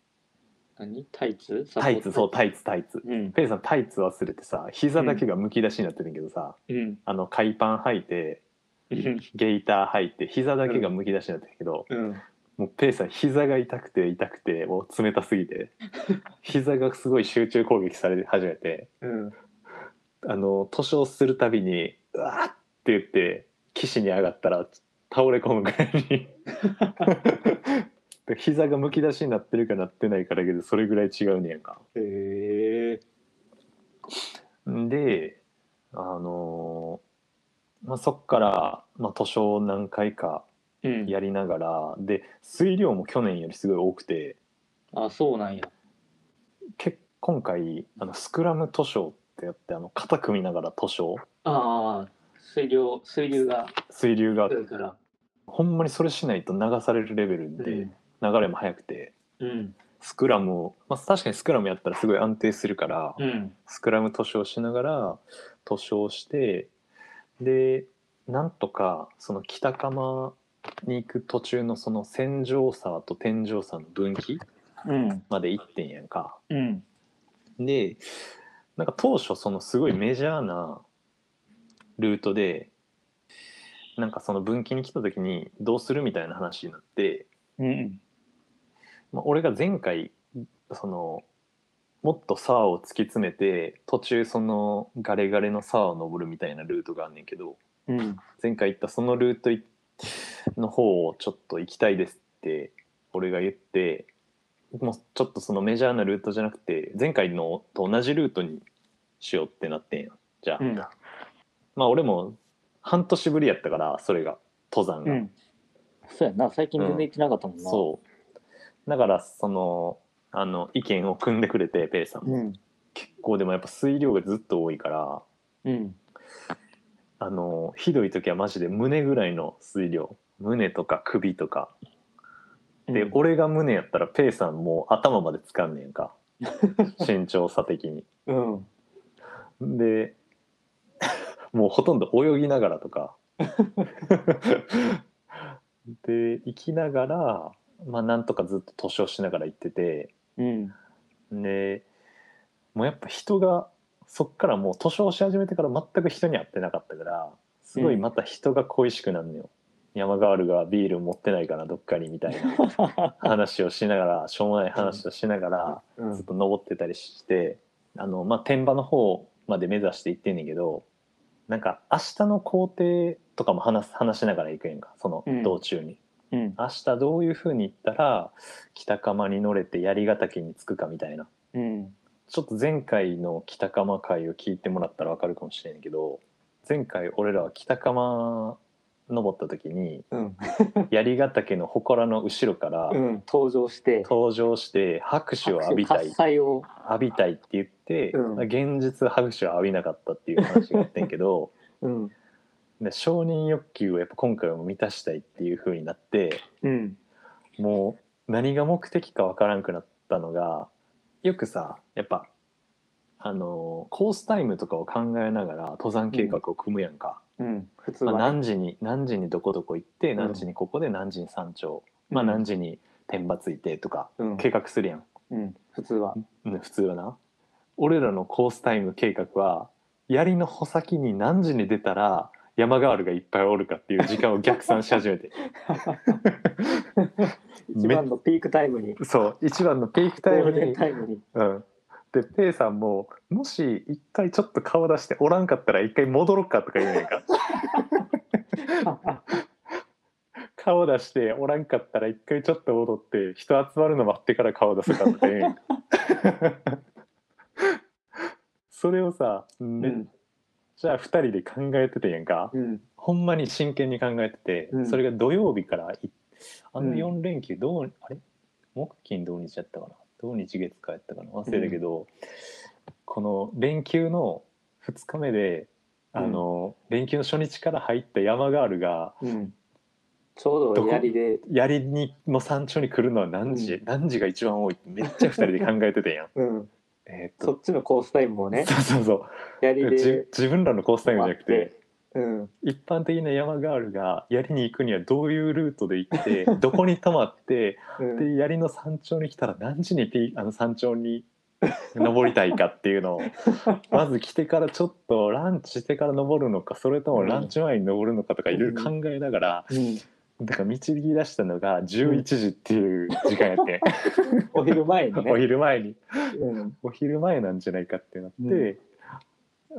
Speaker 1: 何タイツサポ
Speaker 2: タイ
Speaker 1: ー
Speaker 2: ツ
Speaker 1: ト
Speaker 2: そうタイツタイツ。
Speaker 1: うん
Speaker 2: ペイさんタイツ忘れてさ膝だけがむき出しになってるんけどさ、
Speaker 1: うん
Speaker 2: あの海パン履いて
Speaker 1: うん
Speaker 2: ゲイター履いて膝だけがむき出しになってるけど、
Speaker 1: うん
Speaker 2: もうペイさん膝が痛くて痛くてもう冷たす ぎて膝がすごい集中攻撃され始めて
Speaker 1: うん
Speaker 2: あの塗装するたびに「うわーって言って岸に上がったら倒れ込むぐら いにで膝がむき出しになってるかなってないかだけでそれぐらい違うねやんか。
Speaker 1: へえ
Speaker 2: であのーまあ、そっから、まあ、塗装何回か
Speaker 1: うん
Speaker 2: やりながらで水量も去年よりすごい多くて
Speaker 1: あそうなんや
Speaker 2: け今回あのスクラム図書ってやってあの肩組みながら図書
Speaker 1: ああ水量水流が
Speaker 2: 水流が、
Speaker 1: 来るから
Speaker 2: ほんまにそれしないと流されるレベルで
Speaker 1: うん
Speaker 2: 流れも速くて、
Speaker 1: うん
Speaker 2: スクラムを、まあ、確かにスクラムやったらすごい安定するから、
Speaker 1: うん
Speaker 2: スクラム図書をしながら図書をしてでなんとかその北釜に行く途中のその線上沢と天井沢の分岐
Speaker 1: うん
Speaker 2: まで行ってんやんか。
Speaker 1: うん
Speaker 2: でなんか当初そのすごいメジャーなルートでなんかその分岐に来た時にどうするみたいな話になって、
Speaker 1: うん
Speaker 2: まあ、俺が前回そのもっと沢を突き詰めて途中そのガレガレの沢を登るみたいなルートがあんねんけど
Speaker 1: うん
Speaker 2: 前回行ったそのルートいの方をちょっと行きたいですって俺が言ってもうちょっとそのメジャーなルートじゃなくて前回のと同じルートにしようってなってんやじゃあ、
Speaker 1: うん
Speaker 2: まあ俺も半年ぶりやったからそれが登山
Speaker 3: う
Speaker 2: が、
Speaker 3: んそうやな最近全然行ってなかったもんな、
Speaker 2: そうだからそのあの意見を組んでくれてペイさんも、
Speaker 3: うん
Speaker 2: 結構でもやっぱ水量がずっと多いから
Speaker 3: うん
Speaker 2: あのひどい時はマジで胸ぐらいの水量胸とか首とかで、
Speaker 3: うん
Speaker 2: 俺が胸やったらペイさんもう頭までつかんねん か身長差的に
Speaker 1: うん
Speaker 2: でもうほとんど泳ぎながら とかで行きながらまあなんとかずっと図書しながら行ってて
Speaker 3: うん
Speaker 2: でもうやっぱ人がそっからもう図書をし始めてから全く人に会ってなかったからすごいまた人が恋しくなるのよ、山ガールがビール持ってないかなどっかにみたい な話をしながらしょうもない話をしながら
Speaker 1: うん
Speaker 2: ずっと登ってたりしてあの、まあ、天場の方まで目指して行ってんねんけどなんか明日の工程とかも話す話しながら行くやんかその道中に。
Speaker 3: うん
Speaker 2: 明日どういうふうに行ったら北釜に乗れて槍ヶ岳に着くかみたいな
Speaker 3: うん
Speaker 2: ちょっと前回の北釜会を聞いてもらったらわかるかもしれんけど前回俺らは北釜登った時に
Speaker 1: うん
Speaker 2: 槍ヶ岳の祠の後ろから
Speaker 1: うん登場して
Speaker 2: 登場して拍手を浴びたい
Speaker 1: 喝采を
Speaker 2: 浴びたいって言って、
Speaker 1: うん
Speaker 2: 現実拍手を浴びなかったっていう話があってんけど
Speaker 1: うん
Speaker 2: で承認欲求をやっぱ今回も満たしたいっていうふうになって。
Speaker 1: うん
Speaker 2: もう何が目的かわからんくなったのがよくさやっぱあのーコースタイムとかを考えながら登山計画を組むやんか、
Speaker 1: うん普通
Speaker 2: まあ、
Speaker 1: は
Speaker 2: 何時に何時にどこどこ行って
Speaker 1: ん
Speaker 2: 何時にここで何時に山頂、まあ何時に天罰行ってとか
Speaker 1: うん
Speaker 2: 計画するやん、
Speaker 1: うん普通 は
Speaker 2: うん普通はな俺らのコースタイム計画は槍の穂先に何時に出たら山ガールがいっぱいおるかっていう時間を逆算し始めて
Speaker 1: 一番のピークタイムに
Speaker 2: そう一番のピーク
Speaker 1: ゴ
Speaker 2: タイ
Speaker 1: ー
Speaker 2: ム
Speaker 1: ルデン
Speaker 2: に
Speaker 1: タイムに
Speaker 2: うん、でペイさんももし一回ちょっと顔出しておらんかったら一回戻ろっかとか言うねんか顔出しておらんかったら一回ちょっと戻って人集まるの待ってから顔出すかとか言うねんかそれをさめっちゃ2人で考えててんやんか、
Speaker 1: うん
Speaker 2: ほんまに真剣に考えてて、
Speaker 1: うん
Speaker 2: それが土曜日からいあ
Speaker 1: う
Speaker 2: の
Speaker 1: ん
Speaker 2: 4連休どう、あれ木金土日やったかな土日月火やったかな忘れたけど、この連休の2日目であの、連休の初日から入った山ガールが
Speaker 1: うんちょうど槍で、
Speaker 2: 槍にの山頂に来るのは何時、
Speaker 1: う
Speaker 2: 何時が一番多いってめっちゃ2人で考えててんやん
Speaker 1: うん、
Speaker 2: えーっ
Speaker 1: そ
Speaker 2: と
Speaker 1: っちのコースタイムをね
Speaker 2: そうそうそう
Speaker 1: 槍
Speaker 2: じ
Speaker 1: で
Speaker 2: 自分らのコースタイムじゃなくて。
Speaker 1: うん
Speaker 2: 一般的な山ガールが槍に行くにはどういうルートで行ってどこに泊まって
Speaker 1: うん
Speaker 2: で槍の山頂に来たら何時にピあの山頂に登りたいかっていうのをまず来てからちょっとランチしてから登るのかそれともランチ前に登るのかとかいろいろ考えながら、
Speaker 1: うん、
Speaker 2: だから導き出したのが11時っていう時間やって、
Speaker 1: お昼前にね
Speaker 2: お昼前に
Speaker 1: うん
Speaker 2: お昼前なんじゃないかってなって、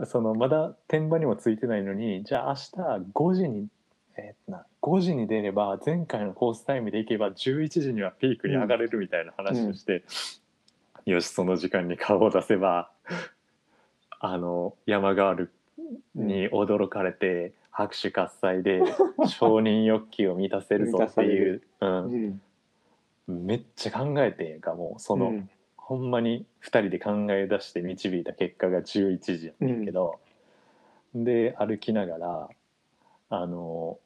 Speaker 2: そのまだ天場にもついてないのにじゃあ明日5時に、えーな5時に出れば前回のコースタイムで行けば11時にはピークに上がれるみたいな話をして、よしその時間に顔を出せばあの山ガールに驚かれて拍手喝采で承認欲求を満たせるぞっていう、う、
Speaker 1: うんん
Speaker 2: めっちゃ考えてんやんかもうその。
Speaker 1: うん
Speaker 2: ほんまに2人で考え出して導いた結果が11時やねんけど、で歩きながらあの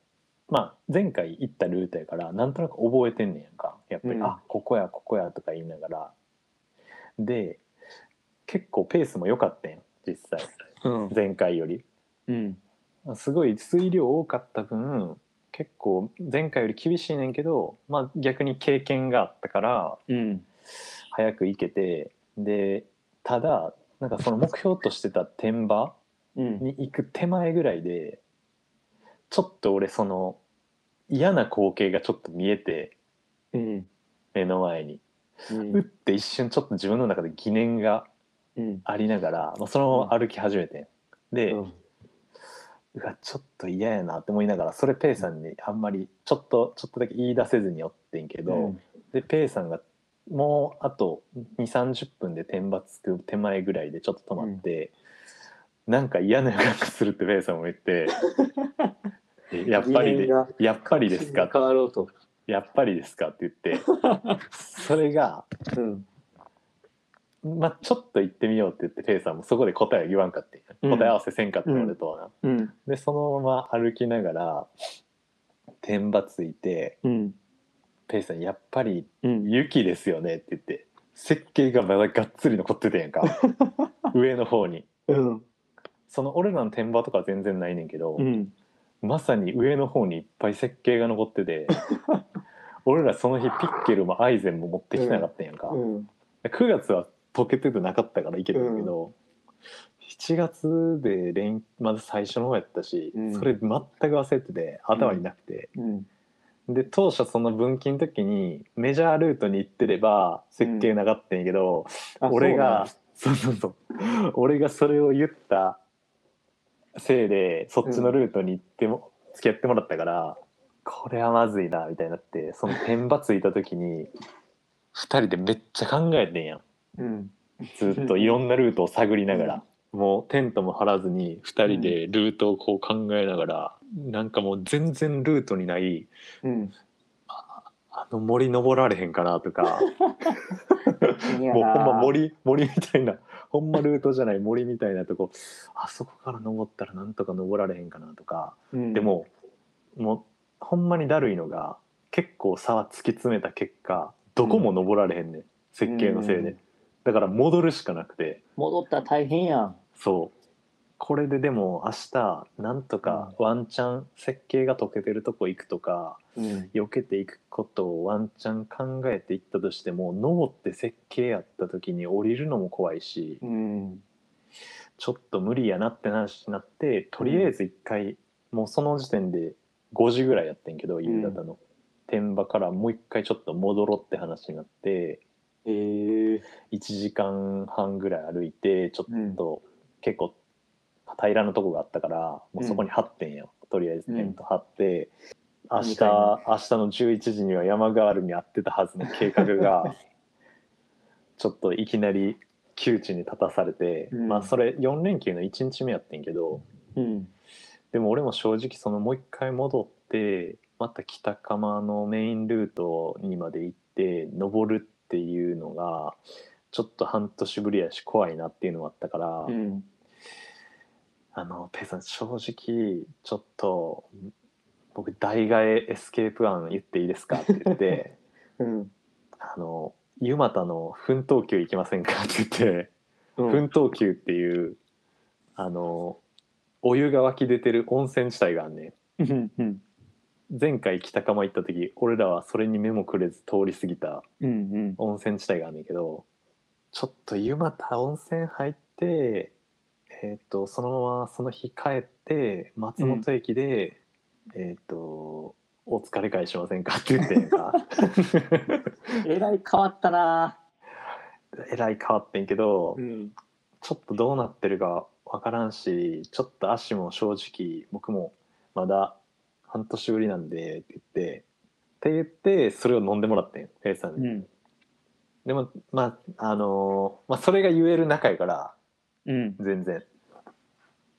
Speaker 2: まあ前回行ったルートやからなんとなく覚えてんねんやんかやっぱり、
Speaker 1: うん
Speaker 2: あここやここやとか言いながらで結構ペースも良かったんや実際
Speaker 3: うん
Speaker 2: 前回より
Speaker 3: うん
Speaker 2: すごい水量多かった分結構前回より厳しいねんけど、まあ、逆に経験があったから
Speaker 3: うん
Speaker 2: 早く行けてでただなんかその目標としてた天場
Speaker 3: うん
Speaker 2: に行く手前ぐらいでちょっと俺その嫌な光景がちょっと見えて
Speaker 3: うん
Speaker 2: 目の前に、
Speaker 3: う
Speaker 2: うって一瞬ちょっと自分の中で疑念が
Speaker 3: ん
Speaker 2: ありながら、まあ、そのまま歩き始めてんで、うわちょっと嫌やなって思いながらそれペイさんにあんまりちょっとちょっとだけ言い出せずにおってんけど、でペイさんがもうあと2 3 0分で天罰く手前ぐらいでちょっと止まって、なんか嫌な予感がするってペイさんも言って「えやっぱり
Speaker 1: 疑念
Speaker 2: で
Speaker 1: が
Speaker 2: やっぱりですか
Speaker 1: 変わろうと、
Speaker 2: やっぱりですか」って言ってそれが、
Speaker 1: うん
Speaker 2: まあ、ちょっと行ってみようって言ってペイさんもそこで答えは言わんかって、
Speaker 1: うん
Speaker 2: 答え合わせせんかって俺とは
Speaker 1: う
Speaker 2: な。
Speaker 1: ん
Speaker 2: でそのまま歩きながら天罰ついて
Speaker 1: うん
Speaker 2: ペイさん「やっぱり
Speaker 1: うん
Speaker 2: 雪ですよねって言って設計がまだがっつり残っててんや んか上の方に
Speaker 1: うん
Speaker 2: その俺らの天場とかは全然ないねんけど、
Speaker 1: うん
Speaker 2: まさに上の方にいっぱい設計が残っ てて俺らその日ピッケルもアイゼンも持ってきてなかったんやんか、
Speaker 1: うん
Speaker 2: 9月は溶けててなかったからいけたんやけど、7月で連まず最初の方やったし、
Speaker 1: うん
Speaker 2: それ全く忘れてて頭になくて、
Speaker 1: うん
Speaker 2: で当初その分岐の時にメジャールートに行ってれば設計なかったんやけど、
Speaker 1: あ
Speaker 2: 俺がそうそうそう俺がそれを言ったせいでそっちのルートに行っても、付き合ってもらったからこれはまずいなみたいになってその天罰ついた時に2人でめっちゃ考えてんやん
Speaker 1: そうなん
Speaker 2: ずっといろんなルートを探りながら。もうテントも張らずに2人でルートをこう考えながら、なんかもう全然ルートにない
Speaker 1: うん
Speaker 2: あの森登られへんかなとか
Speaker 1: うんいや
Speaker 2: もうほんま森森みたいな ほんまルートじゃない森みたいなとこあそこから登ったらなんとか登られへんかなとか、
Speaker 1: うん
Speaker 2: でももうほんまにだるいのが結構差は突き詰めた結果どこも登られへんねん、設計のせいで、
Speaker 1: うん
Speaker 2: だから戻るしかなくて
Speaker 1: 戻ったら大変やん
Speaker 2: そうこれででも明日なんとかワンチャン設計が溶けてるとこ行くとか、
Speaker 1: うん
Speaker 2: 避けていくことをワンチャン考えていったとしても脳って設計やった時に降りるのも怖いし
Speaker 1: うん
Speaker 2: ちょっと無理やなって話になってとりあえず一回、もうその時点で5時ぐらいやってんけど夕方の、天場からもう一回ちょっと戻ろうって話になって
Speaker 4: えー、
Speaker 2: 1時間半ぐらい歩いてちょっと結構平らなとこがあったからもうそこに張ってんよ、とりあえずテント張って、明
Speaker 1: み
Speaker 2: 日
Speaker 1: たい
Speaker 2: 明
Speaker 1: な
Speaker 2: 日の11時には山ガールに会ってたはずの計画がちょっといきなり窮地に立たされて、
Speaker 4: うん
Speaker 2: まあそれ4連休の1日目やってんけど
Speaker 4: うん
Speaker 2: でも俺も正直そのもう一回戻ってまた北釜のメインルートにまで行って登るっていうのがちょっと半年ぶりやし怖いなっていうのもあったから。
Speaker 4: うん
Speaker 2: あのペイさん正直ちょっと僕代替えエスケープ案言っていいですかって言って
Speaker 4: うん
Speaker 2: あの湯俣の奮闘級行きませんかって言って、
Speaker 4: うん
Speaker 2: 奮闘級っていうあのお湯が湧き出てる温泉地帯があんね
Speaker 4: う
Speaker 2: ん
Speaker 4: んうん
Speaker 2: 前回北釜行った時俺らはそれに目もくれず通り過ぎた
Speaker 4: うん
Speaker 2: 温泉地帯があんねんけどちょっと湯俣温泉入って、えー、とそのままその日帰って松本駅で、えっ、とお疲れ会しませんかって言ってんや んか
Speaker 1: えらい変わったな
Speaker 2: えらい変わってんけど、
Speaker 4: うん
Speaker 2: ちょっとどうなってるかわからんしちょっと足も正直僕もまだ半年ぶりなんでって言ってって言ってそれを飲んでもらってんペイさんに。
Speaker 3: うん
Speaker 2: でもまああのーまあ、それが言える仲やから
Speaker 3: うん
Speaker 2: 全然、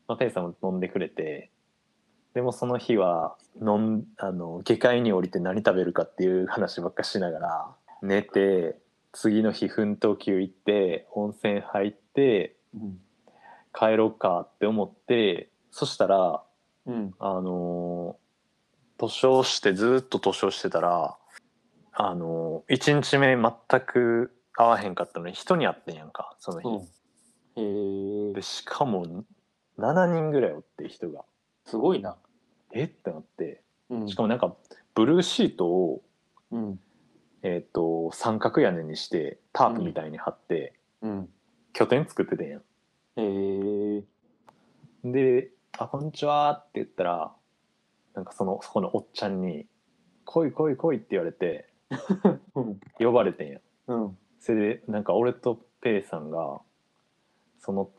Speaker 2: まあ、ペイさんも飲んでくれてでもその日は飲んあの下界に降りて何食べるかっていう話ばっかしながら寝て次の日奮闘級行って温泉入って
Speaker 4: うん
Speaker 2: 帰ろうかって思ってそしたら
Speaker 4: うん
Speaker 2: あのー、図書してずっと図書してたらあのー、1日目全く会わへんかったのに人に会ってんやんかその日。
Speaker 4: えー
Speaker 2: でしかも7人ぐらいおって人が
Speaker 1: すごいな
Speaker 2: えってなって
Speaker 4: うん
Speaker 2: しかもなんかブルーシートを、
Speaker 4: うん
Speaker 2: えー、と三角屋根にしてタープみたいに貼って、
Speaker 4: うん
Speaker 2: 拠点作っててんや
Speaker 4: えー
Speaker 2: んで「あこんにちは」って言ったらなんかそのそこのおっちゃんに「来い来い来い」って言われて
Speaker 4: うん
Speaker 2: 呼ばれてんやん
Speaker 4: うん
Speaker 2: それでなんか俺とペイさんがその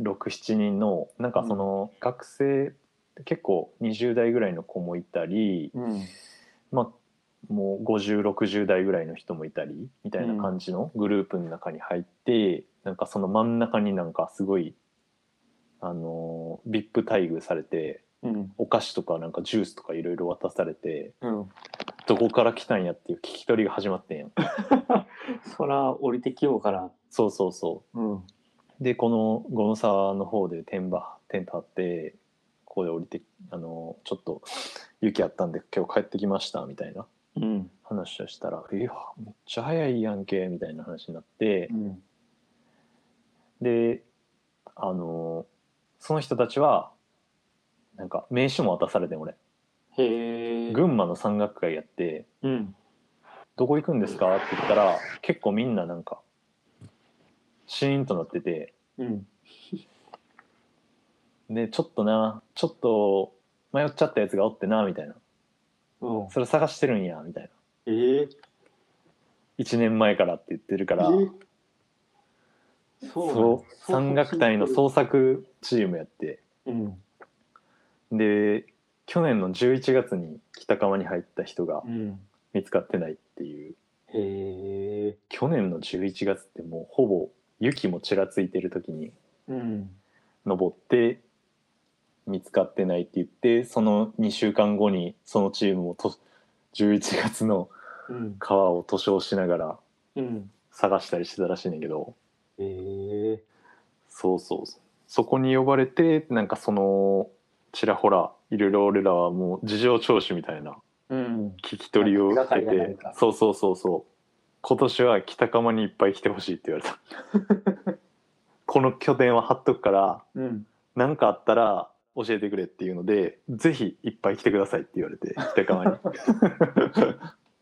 Speaker 2: 67人のなんかその学生、結構20代ぐらいの子もいたり、
Speaker 4: うん
Speaker 2: まあ、もう5060代ぐらいの人もいたりみたいな感じのグループの中に入って、なんかその真ん中になんかすごい、あのー、VIP 待遇されて
Speaker 4: うん
Speaker 2: お菓子とかなんかジュースとかいろいろ渡されて
Speaker 4: うん
Speaker 2: どこから来たんやっていう聞き取りが始まってんやん。
Speaker 1: そら降りてきようから
Speaker 2: そうそうそう
Speaker 4: うん
Speaker 2: でこの五の沢の方で天馬テント張ってここで降りてあのちょっと雪あったんで今日帰ってきましたみたいな
Speaker 4: うん
Speaker 2: 話をしたら「いやめっちゃ早いやんけ」みたいな話になって
Speaker 4: うん
Speaker 2: であのその人たちはなんか名刺も渡されてん俺
Speaker 1: へえ
Speaker 2: 群馬の山岳会やって
Speaker 4: うん
Speaker 2: 「どこ行くんですか?」って言ったら結構みんななんかシーンとなってて。
Speaker 4: うん
Speaker 2: でちょっとなちょっと迷っちゃったやつがおってなみたいな
Speaker 4: うん
Speaker 2: それ探してるんやみたいな
Speaker 4: えー
Speaker 2: 1年前からって言ってるか
Speaker 4: え
Speaker 2: ら
Speaker 4: ー
Speaker 2: そう山岳隊の創作チームやって
Speaker 4: うん
Speaker 2: で去年の11月に北釜に入った人が
Speaker 4: うん
Speaker 2: 見つかってないっていう
Speaker 4: へえ
Speaker 2: 去年の11月ってもうほぼ雪もちらついてる時に
Speaker 4: うん
Speaker 2: 登って見つかってないって言ってその2週間後にそのチームもと11月の
Speaker 4: うん
Speaker 2: 川を塗装しながら
Speaker 4: うん
Speaker 2: 探したりしてたらしいねんだけど
Speaker 4: えー
Speaker 2: そうそうそうそこに呼ばれてなんかそのちらほらいろいろ俺らはもう事情聴取みたいな
Speaker 4: うん
Speaker 2: 聞き取りを受け
Speaker 1: なんか手がかりがな
Speaker 2: て
Speaker 1: いか
Speaker 2: そうそうそうそう今年は北釜にいっぱい来てほしいって言われた この拠点は貼っとくから
Speaker 4: うん
Speaker 2: 何かあったら教えてくれっていうのでぜひいっぱい来てくださいって言われて北川に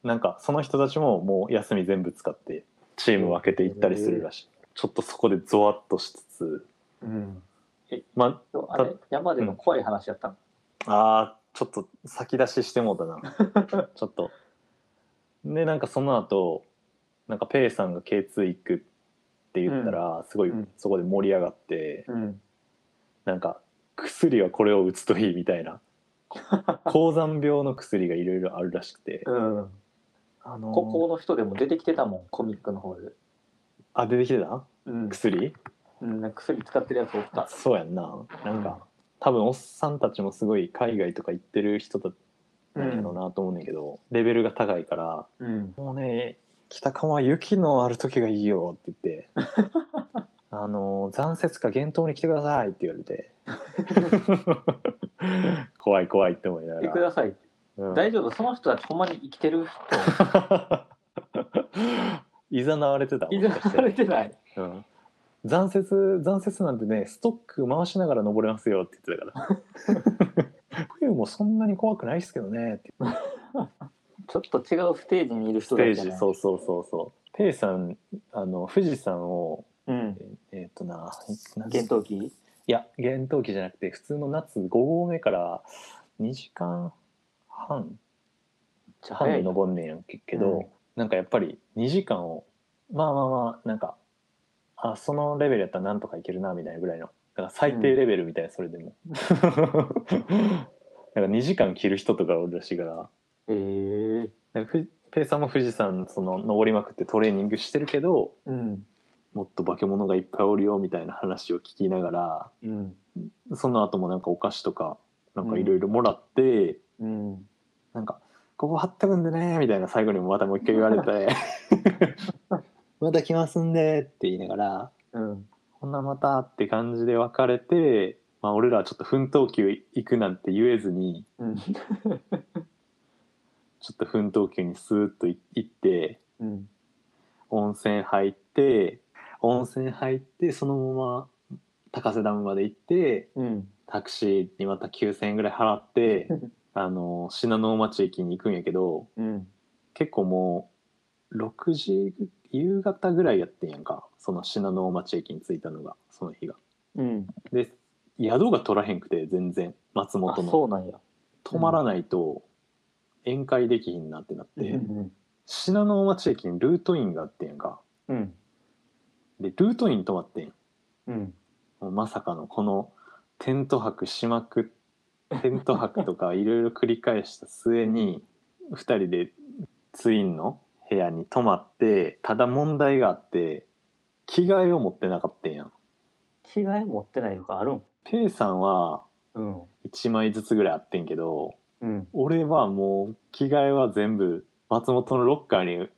Speaker 2: なんかその人たちももう休み全部使ってチーム分けていったりするらしい、ちょっとそこでゾワッとしつつ
Speaker 4: うん
Speaker 2: ま
Speaker 1: そうあれ山での怖い話やったの、
Speaker 2: あーちょっと 先出ししてもうたなちょっとでなんかその後なんかペイさんが K2 行くって言ったら、すごい
Speaker 4: うん
Speaker 2: そこで盛り上がって、
Speaker 4: うん。
Speaker 2: なんか薬はこれを打つといいみた いな高山病の薬がいろいろあるらしくて、
Speaker 4: うん。
Speaker 2: あのー
Speaker 1: ここの人でも出てきてたもんコミックの方で、
Speaker 2: あ出てきてた
Speaker 4: うん。
Speaker 2: 薬
Speaker 1: うん、なんか薬使ってるやつおった
Speaker 2: そうやんななんか、多分おっさんたちもすごい海外とか行ってる人だったんやろうなと思うねんだけど、レベルが高いから
Speaker 4: うん。
Speaker 2: もうね北館は雪のある時がいいよって言って あの残雪か厳冬に来てくださいって言われ て怖い怖いって思いなが
Speaker 1: 言ってく
Speaker 2: ら、
Speaker 1: ださい
Speaker 2: うん
Speaker 1: 大丈夫その人たちほんまに生きてる
Speaker 2: いざなわれてたも
Speaker 1: 人い
Speaker 2: しかして
Speaker 1: られてない
Speaker 2: うん、残雪残雪なんてねストック回しながら登れますよって言ってたから 冬もそんなに怖くないですけどねって
Speaker 1: ちょっと違うステージにいる人
Speaker 2: ス
Speaker 1: だ
Speaker 2: テ
Speaker 1: った
Speaker 2: ージ
Speaker 1: ね
Speaker 2: そうそうそうそうペイさんあの富士山を
Speaker 4: うん。
Speaker 2: えっ、とななん
Speaker 1: 厳冬期
Speaker 2: いや厳冬期じゃなくて普通の夏5合目から2時間半
Speaker 1: じゃあ
Speaker 2: 半
Speaker 1: 早
Speaker 2: で
Speaker 1: いな
Speaker 2: 登んねんやんけけど、
Speaker 4: うん
Speaker 2: なんかやっぱり2時間をまあまあまあなんかあそのレベルやったらなんとかいけるなみたいなぐらいのだから最低レベルみたいな、それでもなんか2時間切る人とかおるらしいから
Speaker 4: ええ。
Speaker 2: なんかふペイさんも富士山その登りまくってトレーニングしてるけど
Speaker 4: うん。
Speaker 2: もっと化け物がいっぱいおるよみたいな話を聞きながら
Speaker 4: うん。
Speaker 2: その後もなんかお菓子とかなんかいろいろもらって、
Speaker 4: うん。
Speaker 2: なんか「ここ貼っとくんでね」みたいな最後にもまたもう一回言われて「 また来ますんで」って言いながら
Speaker 4: うん。
Speaker 2: 「ほんなまた」って感じで別れて、まあ、俺らはちょっと奮闘級行くなんて言えずに
Speaker 4: うん。
Speaker 2: ちょっと奮闘級にスーッとい行って
Speaker 4: うん。
Speaker 2: 温泉入って温泉入ってそのまま高瀬ダムまで行って
Speaker 4: うん。
Speaker 2: タクシーにまた9,000円ぐらい払 ってあの信濃町駅に行くんやけど。
Speaker 4: うん。
Speaker 2: 結構もう6時夕方ぐらいやってんやんかその信濃町駅に着いたのがその日が
Speaker 4: うん。
Speaker 2: で宿が取らへんくて全然松
Speaker 1: あ
Speaker 2: 本の
Speaker 1: そうなんや
Speaker 2: 泊まらないと宴会できひんなってなって、
Speaker 4: うん。
Speaker 2: 信濃町駅にルートインがあってんやんか
Speaker 4: うん。
Speaker 2: でルートイン泊まってんやん
Speaker 4: うん。
Speaker 2: もうまさかのこのテント泊しまく テント泊とかいろいろ繰り返した末に2人でツインの部屋に泊まってただ問題があって着替えを持ってなかったんやん。
Speaker 1: 着替え持ってないのかあるん
Speaker 2: ペイさんは
Speaker 4: うん。
Speaker 2: 1枚ずつぐらいあってんけど
Speaker 4: うん。
Speaker 2: 俺はもう着替えは全部松本のロッカーに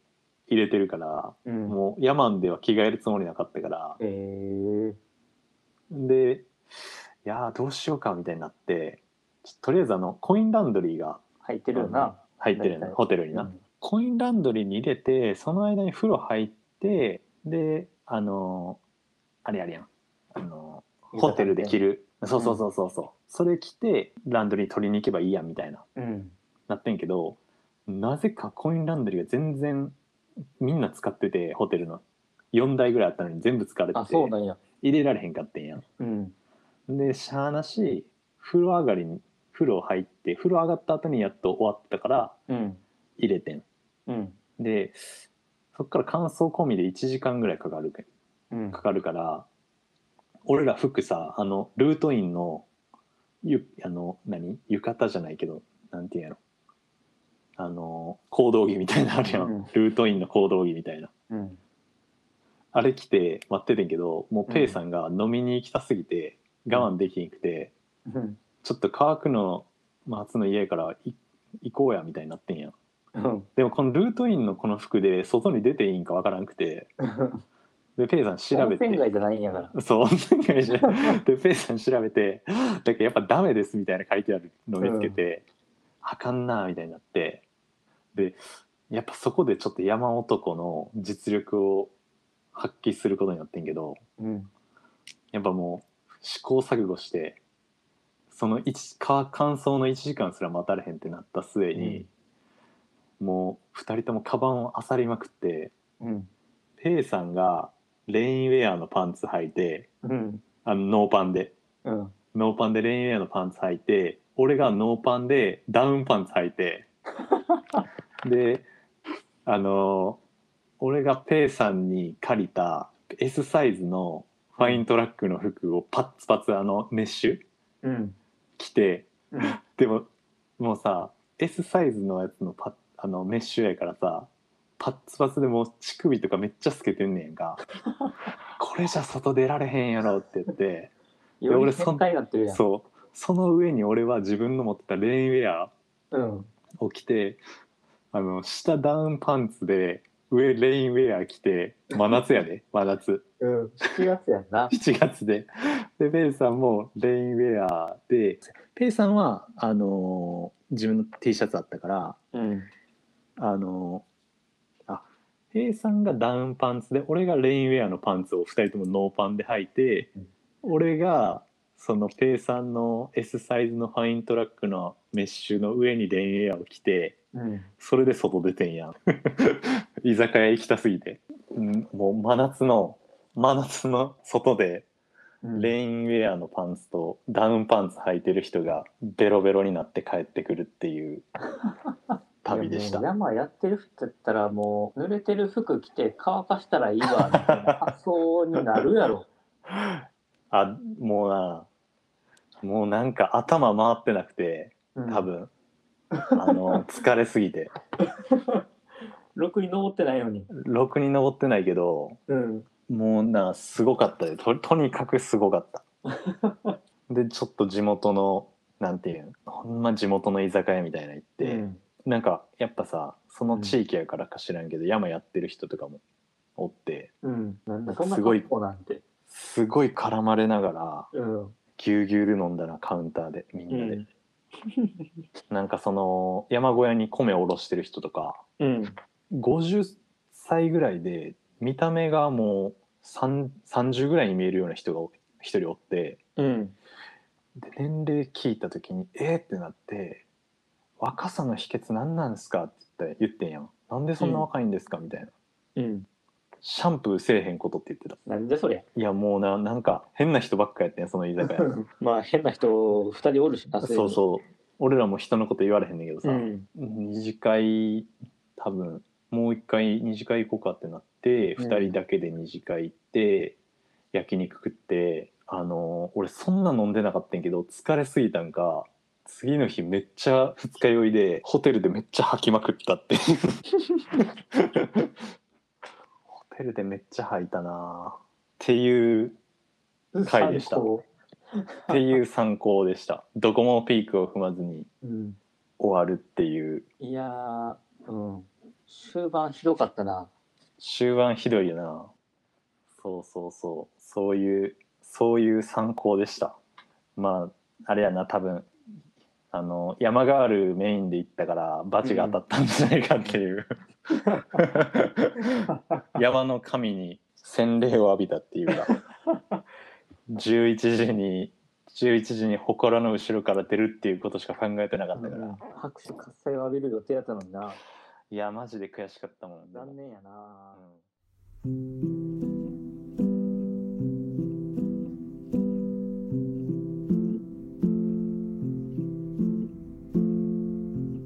Speaker 2: 入れてるから
Speaker 4: うん。
Speaker 2: もうヤマンでは着替えるつもりなかったから
Speaker 4: ええ。
Speaker 2: でいやーどうしようかみたいになってちょとりあえずあのコインランドリーが
Speaker 1: 入ってるよな
Speaker 2: 入って
Speaker 1: 大
Speaker 2: るね
Speaker 1: 体
Speaker 2: ホテルにな、
Speaker 1: うん
Speaker 2: コインランドリーに入れてその間に風呂入ってであのーあれあれやんあのーホテルで着るそうそうそうそうそう、それ着てランドリー取りに行けばいいやんみたいな
Speaker 4: うん。
Speaker 2: なってんけどなぜかコインランドリーが全然みんな使っててホテルの4台ぐらいあったのに全部使われて
Speaker 1: あ
Speaker 2: て
Speaker 1: そうなんや
Speaker 2: 入れられへんかってんやん
Speaker 4: うん。
Speaker 2: でしゃあなし風呂上がりに風呂入って風呂上がった後にやっと終わったから
Speaker 4: うん。
Speaker 2: 入れてん
Speaker 4: うん。
Speaker 2: でそっから乾燥込みで1時間ぐらいかかるけ
Speaker 4: うん
Speaker 2: か。かるから俺ら服さあのルートインのゆあの何浴衣じゃないけどなんていうんやろあの行動着みたいなのあるやん、
Speaker 4: うん
Speaker 2: ルートインの行動着みたいな
Speaker 4: うん。
Speaker 2: あれ着て待っててんけどもうペイさんが飲みに行きたすぎて我慢できなくて、
Speaker 4: うん。
Speaker 2: ちょっと乾くの松の家からい行こうやみたいになってんや
Speaker 4: うん。
Speaker 2: でもこのルートインのこの服で外に出ていいんかわからんくてでペイさん 調
Speaker 1: 温
Speaker 2: べ
Speaker 1: 泉
Speaker 2: て
Speaker 1: 街じゃないんやから
Speaker 2: そう 温泉街じゃんでペイさん調べてだけどやっぱダメですみたいな書いてあるのを見つけて、あかんなみたいになってでやっぱそこでちょっと山男の実力を発揮することになってんけど、
Speaker 4: うん。
Speaker 2: やっぱもう試行錯誤してその一か乾燥の1時間すら待たれへんってなった末に、もう2人ともカバンを漁りまくって
Speaker 4: うん。
Speaker 2: ペイさんがレインウェアのパンツ履いて
Speaker 4: うん。
Speaker 2: あのノーパンで
Speaker 4: うん。
Speaker 2: ノーパンでレインウェアのパンツ履いて俺がノーパンでダウンパンツ履いてであの俺がペイさんに借りた S サイズのファイントラックの服をパッツパツあのメッシュ
Speaker 4: うん
Speaker 2: 着て
Speaker 4: うん
Speaker 2: でももうさ S サイズのやつのパッあのメッシュやからさパッツパツでもう乳首とかめっちゃ透けてんねやんかこれじゃ外出られへんやろって言って
Speaker 4: よ
Speaker 2: 俺
Speaker 4: り
Speaker 2: そん
Speaker 4: 変態になってるやん
Speaker 2: そうその上に俺は自分の持ってたレインウェア
Speaker 4: うん
Speaker 2: を着てあの下ダウンパンツで上レインウェア着て真夏や で真夏
Speaker 4: うん7月やんな
Speaker 2: 7月ででペイさんもレインウェアでペイさんはあのー自分の T シャツあったから
Speaker 4: うん
Speaker 2: あのーあペイさんがダウンパンツで俺がレインウェアのパンツを2人ともノーパンで履いて
Speaker 4: うん
Speaker 2: 俺がそのペイさんの S サイズのファイントラックのメッシュの上にレインウェアを着て。
Speaker 4: うん
Speaker 2: それで外出てんや ん居酒屋行きたすぎて、うん、もう真夏の真夏の外で
Speaker 4: うん
Speaker 2: レインウェアのパンツとダウンパンツ履いてる人がベロベロになって帰ってくるっていう旅でし
Speaker 4: いや
Speaker 2: た
Speaker 4: もう山やってる人やったらもう濡れてる服着て乾かしたらいいわみたいな発想になるやろ
Speaker 2: あもうなもうなんか頭回ってなくて多分、あの疲れすぎて
Speaker 4: ろくに登ってないのに
Speaker 2: ろくに登ってないけど
Speaker 4: うん
Speaker 2: もうなすごかったでととにかくすごかったでちょっと地元のなんていうんほんま地元の居酒屋みたいな行って、
Speaker 4: うん
Speaker 2: なんかやっぱさその地域やからか知らんけど、山やってる人とかもおって
Speaker 4: うんなんだそんな
Speaker 2: すごい
Speaker 4: 格好なんて
Speaker 2: すごい絡まれながら
Speaker 4: うん
Speaker 2: ぎゅうぎゅうで飲んだなカウンターでみん
Speaker 4: う
Speaker 2: なで、
Speaker 4: ん
Speaker 2: なんかその山小屋に米おろしてる人とか
Speaker 4: うん
Speaker 2: 50歳ぐらいで見た目がもう3 30ぐらいに見えるような人が一人おって。
Speaker 4: うん
Speaker 2: で年齢聞いた時にえー、ってなって「若さの秘訣何なんですか?」って言った言ってんやん「なんでそんな若いんですか?」みたいな
Speaker 4: うん
Speaker 2: 「シャンプーせえへんこと」って言ってた
Speaker 4: なんじゃそりゃ
Speaker 2: いやもうななんか変な人ばっかやってんその居酒 屋
Speaker 3: まあ変な人二人おるしな
Speaker 2: そう
Speaker 3: う
Speaker 2: そう俺らも人のこと言われへんねんけどさ、
Speaker 4: うん
Speaker 2: 二次会多分もう一回二次会行こうかってなって
Speaker 4: うん
Speaker 2: 二、人だけで二次会行って焼肉食ってあのー俺そんな飲んでなかったんやけど疲れすぎたんか次の日めっちゃ二日酔いでホテルでめっちゃ吐きまくったっていうホテルでめっちゃ吐いたなあっていう回でした
Speaker 4: 最高
Speaker 2: っていう参考でしたどこもピークを踏まずに
Speaker 4: うん
Speaker 2: 終わるっていう
Speaker 4: いやーうん
Speaker 1: 終盤ひどかったな。
Speaker 2: 終盤ひどいよなそうそうそうそういうそういう参考でしたまああれやな多分あの山ガールメインで行ったからバチが当たったんじゃないかって いう、山の神に洗礼を浴びたっていうか11時に11時に祠の後ろから出るっていうことしか考えてなかったから、
Speaker 4: 拍手喝采を浴びる予定だったのにない
Speaker 2: やマジで悔しかったもん
Speaker 4: 残念やな
Speaker 2: うん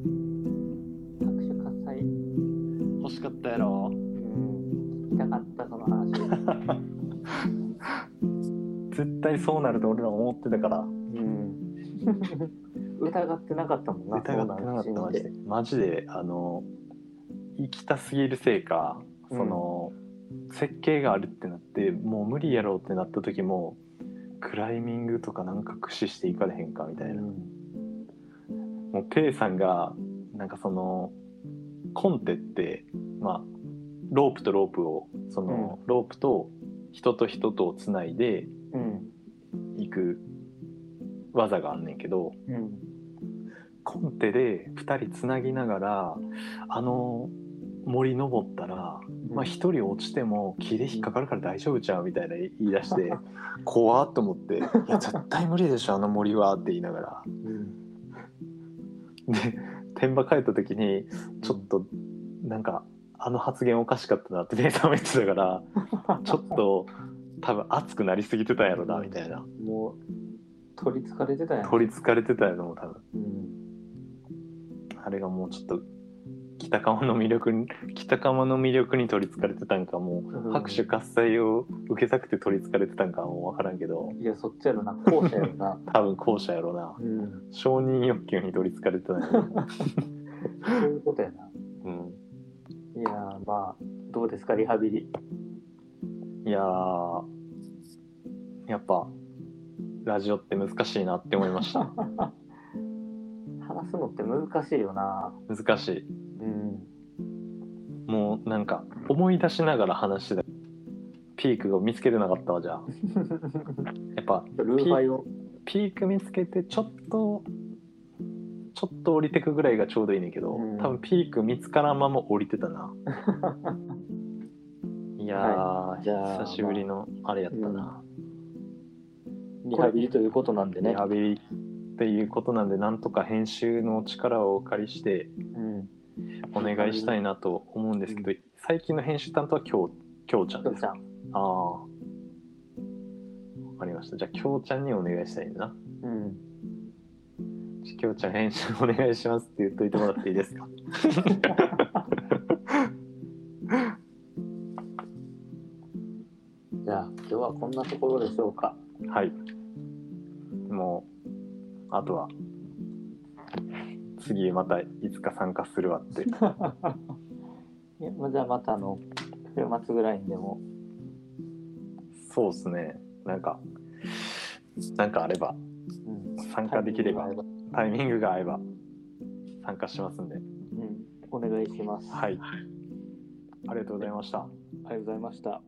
Speaker 4: 拍手喝采
Speaker 2: 欲しかったやろ
Speaker 4: うん聞きたかったその話
Speaker 2: 絶対そうなると俺ら思ってたから
Speaker 4: うん 疑ってなかったもんな
Speaker 2: 疑ってなかっ
Speaker 4: そ
Speaker 2: た
Speaker 4: うな
Speaker 2: マ
Speaker 4: ん
Speaker 2: ジ
Speaker 4: て
Speaker 2: でマジであの行きたすぎるせいかその、設計があるってなってもう無理やろうってなった時もクライミングとかなんか駆使していかれへんかみたいな、もうペイさんがなんかそのコンテってまあロープとロープをその、ロープと人と人とをつないで
Speaker 4: うん
Speaker 2: いく技があんねんけど、
Speaker 4: うん
Speaker 2: コンテで2人つなぎながらあの森登ったら、まあ、1人落ちても木で引っかかるから大丈夫ちゃうみたいな言い出して 怖っと思って「いや絶対無理でしょあの森は」って言いながら
Speaker 4: うん
Speaker 2: で天馬帰った時にちょっとなんかあの発言おかしかったなって姉さんも言ってたからちょっと多分熱くなりすぎてたんやろなみたい な
Speaker 4: もう取りつかれてたやん
Speaker 2: 取りつかれてたんやろもう多分
Speaker 4: うん
Speaker 2: あれがもうちょっとき北釜の魅力に 北釜の魅力に取りつかれてたんかもう
Speaker 1: うん
Speaker 2: 拍手喝采を受けたくて取りつかれてたんかはもう分からんけど
Speaker 1: いや、そっちやろな、後者やろ な。
Speaker 2: 多分後者やろな
Speaker 1: うん、
Speaker 2: 承認欲求に取りつかれてたんやろな
Speaker 1: そういうことやな。
Speaker 2: う
Speaker 1: いやー、まあ、どうですか、リハビリ。
Speaker 2: んいやーやっぱラジオって難しいなって思いました
Speaker 1: 話すのって難しいよな。
Speaker 2: 難しい
Speaker 1: うん。
Speaker 2: もうなんか思い出しながら話してたピークを見つけてなかったわじゃあやっぱ
Speaker 1: ルーファイを。
Speaker 2: ピーク見つけてちょっとちょっと降りてくぐらいがちょうどいいねんけど、
Speaker 1: うん
Speaker 2: 多分ピーク見つからんまま降りてたないやー、
Speaker 5: いじゃあ
Speaker 2: 久しぶりのあれやったな、
Speaker 5: リハビリということなんでね
Speaker 2: リハビリっていうことなんでなんとか編集の力をお借りして
Speaker 1: うん。
Speaker 2: お願いしたいなと思うんですけど、最近の編集担当はきょうきょうちゃん
Speaker 1: ど
Speaker 2: で
Speaker 1: う
Speaker 2: す
Speaker 1: ち
Speaker 2: か
Speaker 1: ゃん。
Speaker 2: ああわかりましたじゃあきょうちゃんにお願いしたいな
Speaker 1: うん。
Speaker 2: きょうちゃん編集お願いしますって言っといてもらっていいですか
Speaker 1: じゃあ、今日はこんなところでしょうか。
Speaker 2: はい。もう、あとは、次またいつか参加するわって。
Speaker 1: いやまあじゃあ、またあの、週末ぐらいにでも。
Speaker 2: そうですね。なんか、なんかあれば、
Speaker 1: うん。
Speaker 2: 参加できれば、タイミングが合えば、参加しますんで。
Speaker 1: うん。お願いします。
Speaker 2: はい。ありがとうございました。
Speaker 1: ありがとうございました。